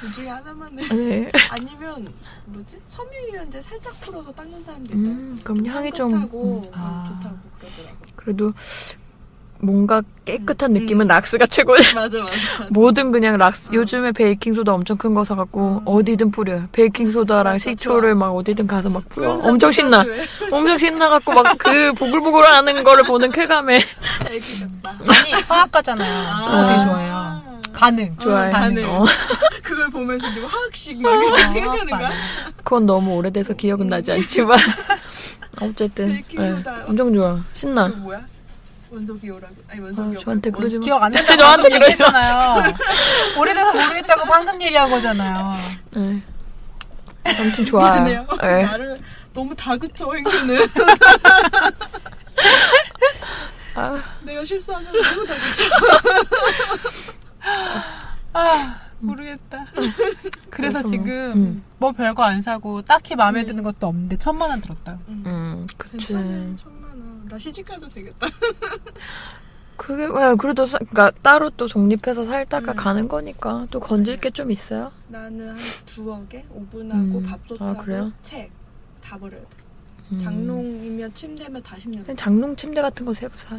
둘 중에 하나만 해 네. 아니면 뭐지 섬유유연제 살짝 풀어서 닦는 사람도 있다 음, 그래서 그럼 향이 좀 깨끗하고 음, 음, 아. 좋다고 그러더라고 그래도 뭔가 깨끗한 음. 느낌은 락스가 최고야. 맞아 맞아 맞아 뭐든 그냥 락스. 요즘에 베이킹 소다 엄청 큰 거 사갖고 어디든 뿌려. 베이킹 소다랑 맞아, 식초를 막 어디든 가서 막 뿌려. 부연사 엄청 신나. 왜? 엄청 신나갖고 막 그 보글보글하는 거를 보는 쾌감에 애기 같다 아니 화학과잖아요 그거 되게 좋아해요 아. 반응 좋아해. 반응. 어, 그걸 보면서 누가 화학식 막 이런 생각하는 반응. 거야 그건 너무 오래돼서 기억은 나지 않지만 어쨌든 베이킹 음, 예, 소다. 엄청 좋아. 신나. 그거 뭐야 원석이오라고 아니 아, 원석이오 저한테 그러지 마. 기억 안 난다고 저한테 방금 그래요. 얘기했잖아요 오래돼서 모르겠다고 방금 얘기한 거잖아요 예. 아무튼 좋아요. 미안해요 예. 나를 너무 다그쳐 행주는 아. 내가 실수하면 너무 다그쳐 아 모르겠다 그래서 그래서 뭐, 지금 음. 뭐 별거 안 사고 딱히 마음에 드는 것도 없는데 천만 원 들었다 음, 그치. 괜찮아 천만 원나 시집가도 되겠다 그게 왜 그래도 사, 그러니까 따로 또 독립해서 살다가 음. 가는 거니까 또 네. 건질 게 좀 있어요. 나는 한 두어 개 오븐하고 음. 아, 밥솥하고 그래요? 책 다 버려야 돼 음. 장롱이면 침대면 다 10년 그냥 장롱 침대 같은 거 새로 사.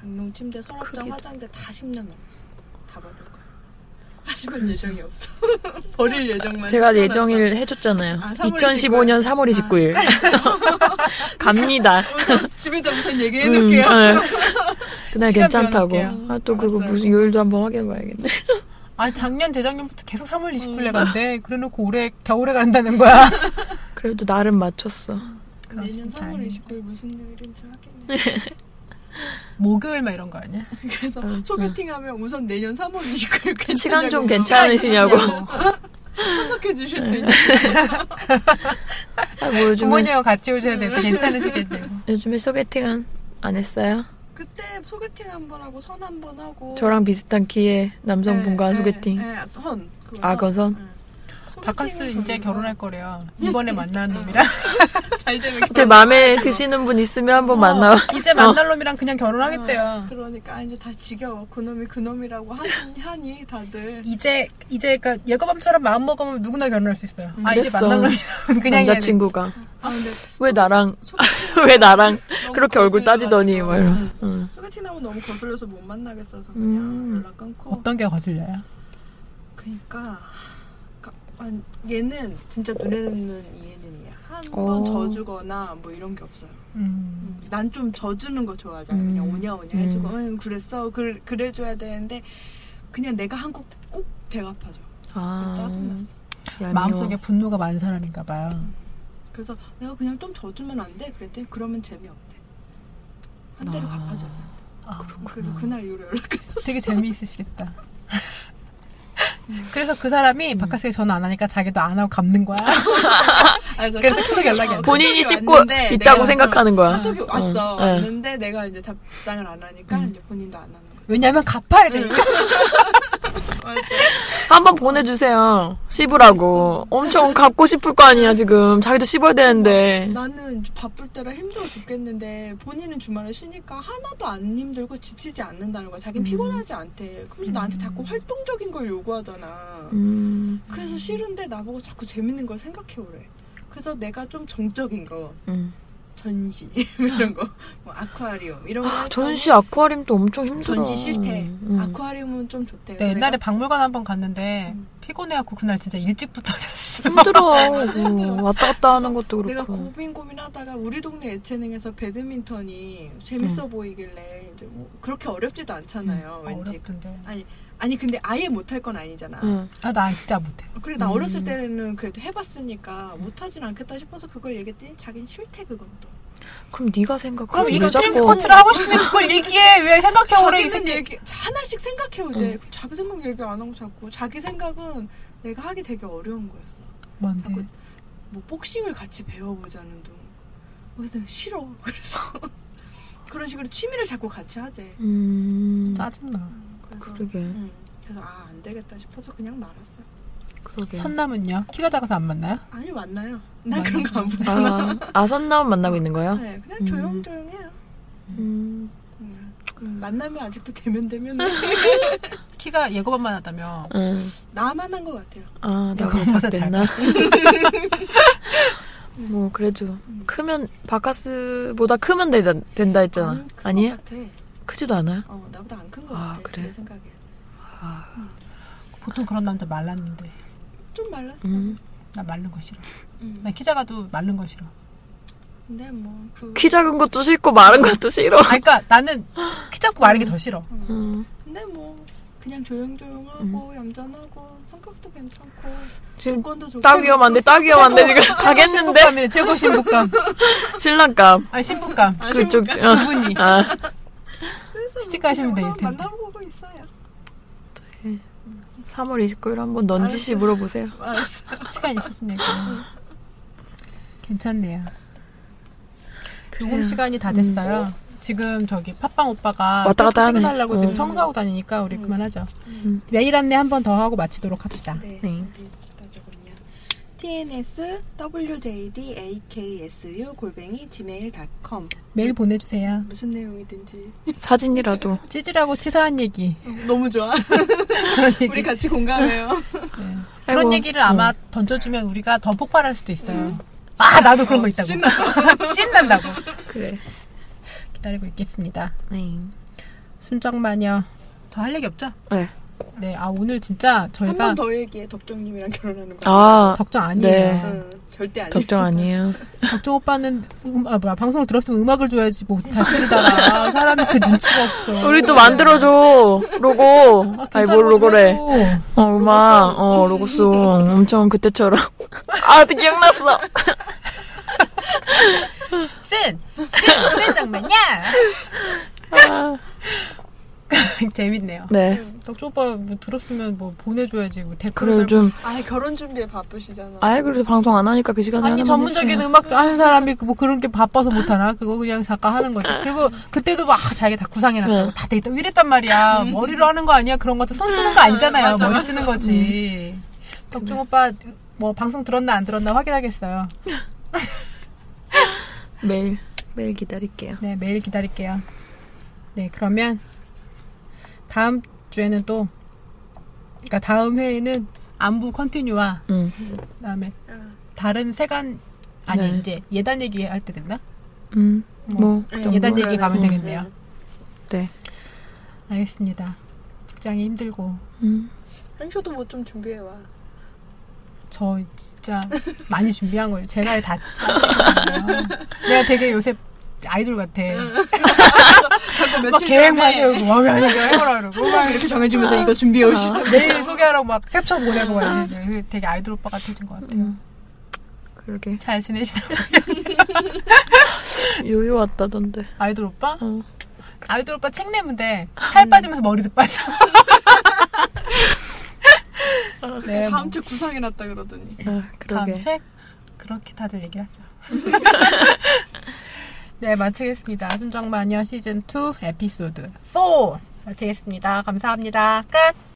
장롱 침대 서랍장 크기도. 화장대 다 10년 넘었어 다 버릴 거야 하지만 예정이 없어 아, 버릴 예정만 제가 세워놨어. 예정일 해줬잖아요. 뭐 아, 3월 아. 2015년 3월 29일 갑니다. 우선 집에다 우선 음, 뭐 얘기해놓을게요 네. 그날 시간 괜찮다고. 변할게요. 아 또 그거 알았어요. 무슨 요일도 한번 확인해봐야겠네. 아니 작년 재작년부터 계속 3월 음. 29일에 간대 그래놓고 올해 겨울에 간다는 거야 그래도 나름 맞췄어. 아, 내년 그렇습니다. 3월 29일 무슨 요일인지 확인해 목요일 막 이런 거 아니야? 네, 그래서 소개팅하면 우선 내년 3월 29일 괜찮냐고 시간 좀 네. 괜찮으시냐고. 참석해 주실 수 있는 아, 뭐 요즘에 부모님하고 같이 오셔야 음. 되고 괜찮으시겠냐고 요즘에 소개팅은 안 했어요? 그때 소개팅 한 번 하고 선 한 번 하고 저랑 비슷한 기에 남성분과 한 네, 소개팅. 네, 네, 선 그거 아, 그거 선? 네. 소개팅은 바카스 이제 별로고. 결혼할 거래요 음. 이번에 만나는 놈이랑 잘 되면 어떻게 마음에 그러니까, 드시는 분 있으면 어, 한번 뭐 만나. 어, 어. 음. 이제 만날 놈이랑 그냥 결혼하겠대요 그러니까 아, 이제 다 지겨워. 그놈이 그놈이라고 하니, 하니 다들. 이제 이제 그러니까 예거밤처럼 마음 먹으면 누구나 결혼할 수 있어요. 아 이제 그랬어. 만나면 그냥 해야 돼. 남자친구가 아 근데 왜 나랑 소개팅 왜 나랑 너무 그렇게 얼굴 거슬려가지고. 따지더니 막 이러. 응. 응. 소개팅 하면 너무 거슬려서 못 만나겠어서 그냥 음. 연락 끊고. 어떤 게 거슬려요? 그러니까 가- 아, 얘는 진짜 눈에는 이해는이야. 한 어. 번 져주거나 뭐 이런 게 없어요. 음. 난 좀 져주는 거 좋아하잖아. 음. 그냥 오냐 오냐 음. 해주고 응 그랬어 그, 그래줘야 되는데 그냥 내가 한 곡 꼭 대갚아줘. 아, 짜증났어. 얄미워. 마음속에 분노가 많은 사람인가 봐요. 그래서 내가 그냥 좀 져주면 안 돼? 그랬더니 그러면 재미없대. 한 대를 아. 갚아줘야 돼. 아, 그래서 그날 이후로 연락 끊었어. 되게 재미있으시겠다. 음. 그래서 그 사람이 바카스에 전화 안 하니까 자기도 안 하고 갚는 거야. 아, 그래서, 그래서 카톡이 계속 연락이 안 돼. 본인이 카톡이 씹고 왔는데 있다고 내가 생각하는 거야. 네. 카톡이 왔어 응, 응. 왔는데 내가 이제 답장을 안 하니까 음. 이제 본인도 안 하는 거야. 어, 왜냐면 갚아야 네. 네, 음. 되니까. 한번 보내주세요. 씹으라고. 엄청 갖고 싶을 거 아니야, 지금. 자기도 씹어야 되는데. 나는 이제 바쁠 때라 힘들어 죽겠는데 본인은 주말에 쉬니까 하나도 안 힘들고 지치지 않는다는 거야. 음. 자기는 피곤하지 않대. 그러면서 나한테 자꾸 활동적인 걸 요구하잖아. 음, 그래서 싫은데 나보고 자꾸 재밌는 걸 생각해 오래. 그래서 내가 좀 정적인 거 음. 전시 이런 거, 뭐 아쿠아리움 이런 거. 했더니 전시 아쿠아리움도 엄청 힘들어. 전시 싫대. 음. 아쿠아리움은 좀 좋대. 네, 그래서 옛날에 내가 음. 박물관 한 번 갔는데 피곤해갖고 그날 진짜 일찍부터 잤어. 힘들어. 그 왔다 갔다 하는 것도 내가 그렇고. 고민 고민하다가 우리 동네 예체능에서 배드민턴이 재밌어 보이길래 이제 뭐 그렇게 어렵지도 않잖아요. 음, 왠지 어렵던데. 아니 근데 아예 못할 건 아니잖아. 응. 아, 나 진짜 못해. 그래 나 음. 어렸을 때는 그래도 해봤으니까 못하진 않겠다 싶어서 그걸 얘기했더니 자긴 싫대 그건 또. 그럼 네가 생각해. 그럼 이거 자꾸- 트랜스포츠를 하고 싶네 그걸 얘기해. 왜 생각해 오래 이 자기는 새끼. 얘기 하나씩 생각해 이제 자기 생각 얘기 안 하고 자꾸 자기 생각은 내가 하기 되게 어려운 거였어. 뭔데? 네. 음. 자꾸 뭐 복싱을 같이 배워보자는 둥. 그래서 내가 싫어. 그래서 그런 식으로 취미를 자꾸 같이 하재. 음, 짜증나. 그래서 그러게. 음, 그래서 아 안 되겠다 싶어서 그냥 말았어요. 그러게. 네. 선남은요? 키가 작아서 안 만나요? 아니 만나요. 난 그런 거 안 보잖아. 아, 아, 선남 만나고 있는 거야? 네, 그냥 음. 조용조용해요. 음, 음, 음, 만나면 아직도 대면 대면 해. 키가 예고반만 하다며. 응. 나만 한 것 같아요. 음. 아, 내가 여기 못 여자 잘 됐나? 뭐, 그래도. 크면, 바카스보다 크면 된다, 된다 했잖아. 나는 큰것 아니에요? 음, 같아. 크지도 않아요? 어, 나보다 안 큰 것 아, 같아. 그래? 내 생각에 보통 그런 남자 말랐는데. 좀 말랐어. 음. 나 마른 거 싫어. 음. 나 키 작아도 마른 거 싫어. 근데 뭐그 키 작은 것도 싫고 마른 것도 싫어. 아, 그러니까 나는 키 작고 마른 게 더 싫어. 음, 근데 뭐 그냥 조용조용하고 얌전하고 성격도 괜찮고 지금 조건도 좋고. 딱 위험한데, 딱 위험한데 지금 아, 가겠는데? 신부감이네, 최고 신부감. 신랑감. 아니, 신부감. 그쪽, 어. 그분이. 아, 그래서 시집 가시면 그냥 될 텐데. 만나보고 있어요. 3월 29일 한번 넌지시 알았어요. 물어보세요. 알았어. 시간 있으시니까. 괜찮네요. 네. 녹음 시간이 다 됐어요. 지금 저기 팟빵 오빠가 음. 왔다 갔다 하네. 하려고 지금 어. 청소하고 다니니까 우리 그만하죠. 음. 메일 안내 한 번 더 하고 마치도록 합시다. 네. 네. 따져보면 TNS WJD AKSU 골뱅이 gmail.com 메일 보내주세요. 무슨 내용이든지 네, 사진이라도. 찌질하고 치사한 얘기. 너무 좋아. 그런 얘기. 우리 같이 공감해요. 네. 아이고. 어. 음. 그런 얘기를 아마 던져주면 우리가 더 폭발할 수도 있어요. 아, 나도 그런 거 있다고. 신난다고. 그래. 기다리고 있겠습니다. 어. 네. 순정마녀. 더 할 얘기 없죠? 네. 네, 아, 오늘 진짜 한 저희가 번 더 얘기해 덕정님이랑 결혼하는 거. 아, 덕정 아니에요. 네. 응, 절대 아니야. 걱정 아니에요. 덕정 오빠는 음, 아, 뭐야, 방송을 들었으면 음악을 줘야지 뭐잘 들으다가 사람이 그 눈치가 없어. 네. 우리 또 만들어줘. 로고. 아이, 뭘 괜찮은 거 로고래. 해줘. 어, 음악. 어, 로고송. 엄청 그때처럼. 아, 또 기억났어. 쓴! 쓴! 쓴 장면이야! 아, 재밌네요. 네. 덕정 오빠 뭐 들었으면 뭐 보내줘야지. 뭐 댓글을 그래, 좀. 아 결혼 준비에 바쁘시잖아. 아예 그래도 방송 안 하니까 그 시간에. 아니 하나만 전문적인 해주세요. 음악 하는 사람이 그 뭐 그런 게 바빠서 못 하나 그거 그냥 잠깐 하는 거지 아. 그리고 그때도 막 자기가 다 구상해놨다고 네. 응. 다 데이터 이랬단 말이야 머리로 하는 거 아니야 그런 것도 손 쓰는 거 아니잖아요 음. 맞아, 머리 맞아. 음. 네. 쓰는 거지 덕중 오빠 뭐 방송 들었나 안 들었나 확인하겠어요 매일, 매일 기다릴게요. 네 매일 기다릴게요 네 그러면 다음 주에는 또 그러니까 다음 회에는 안부 컨티뉴와 응. 그다음에 응. 다른 세간 아니 네. 이제 예단 얘기 할 때 됐나 음, 뭐. 그 네, 정도. 예단 얘기 가면 음. 되겠네요. 네. 알겠습니다. 직장이 힘들고 음. 행쇼도 뭐 좀 준비해 와. 저 진짜 많이 준비한 거예요. 제가 다 짜거든요. 내가 되게 요새 아이돌 같아. 막 자꾸 며칠 계획만 뭐 전에 해오고 와, 야, 이거 해보라 그러고 막 이렇게 정해주면서 이거 준비해 오시고. 내일 소개하라고 막 캡처 보내고 막 이제 되게 아이돌 오빠 같아진 것 같아요. 음. 그러게. 잘 지내시나요? 요요 왔다던데. 아이돌 오빠? 어. 아이돌 오빠 책 내면 돼. 살 빠지면서 머리도 빠져. 아, 네, 다음 주 구상해 놨다 그러더니. 아, 그러게. 다음 책 그렇게 다들 얘기를 하죠. 네, 마치겠습니다. 순정마녀 시즌 2 에피소드 4 마치겠습니다. 감사합니다. 끝.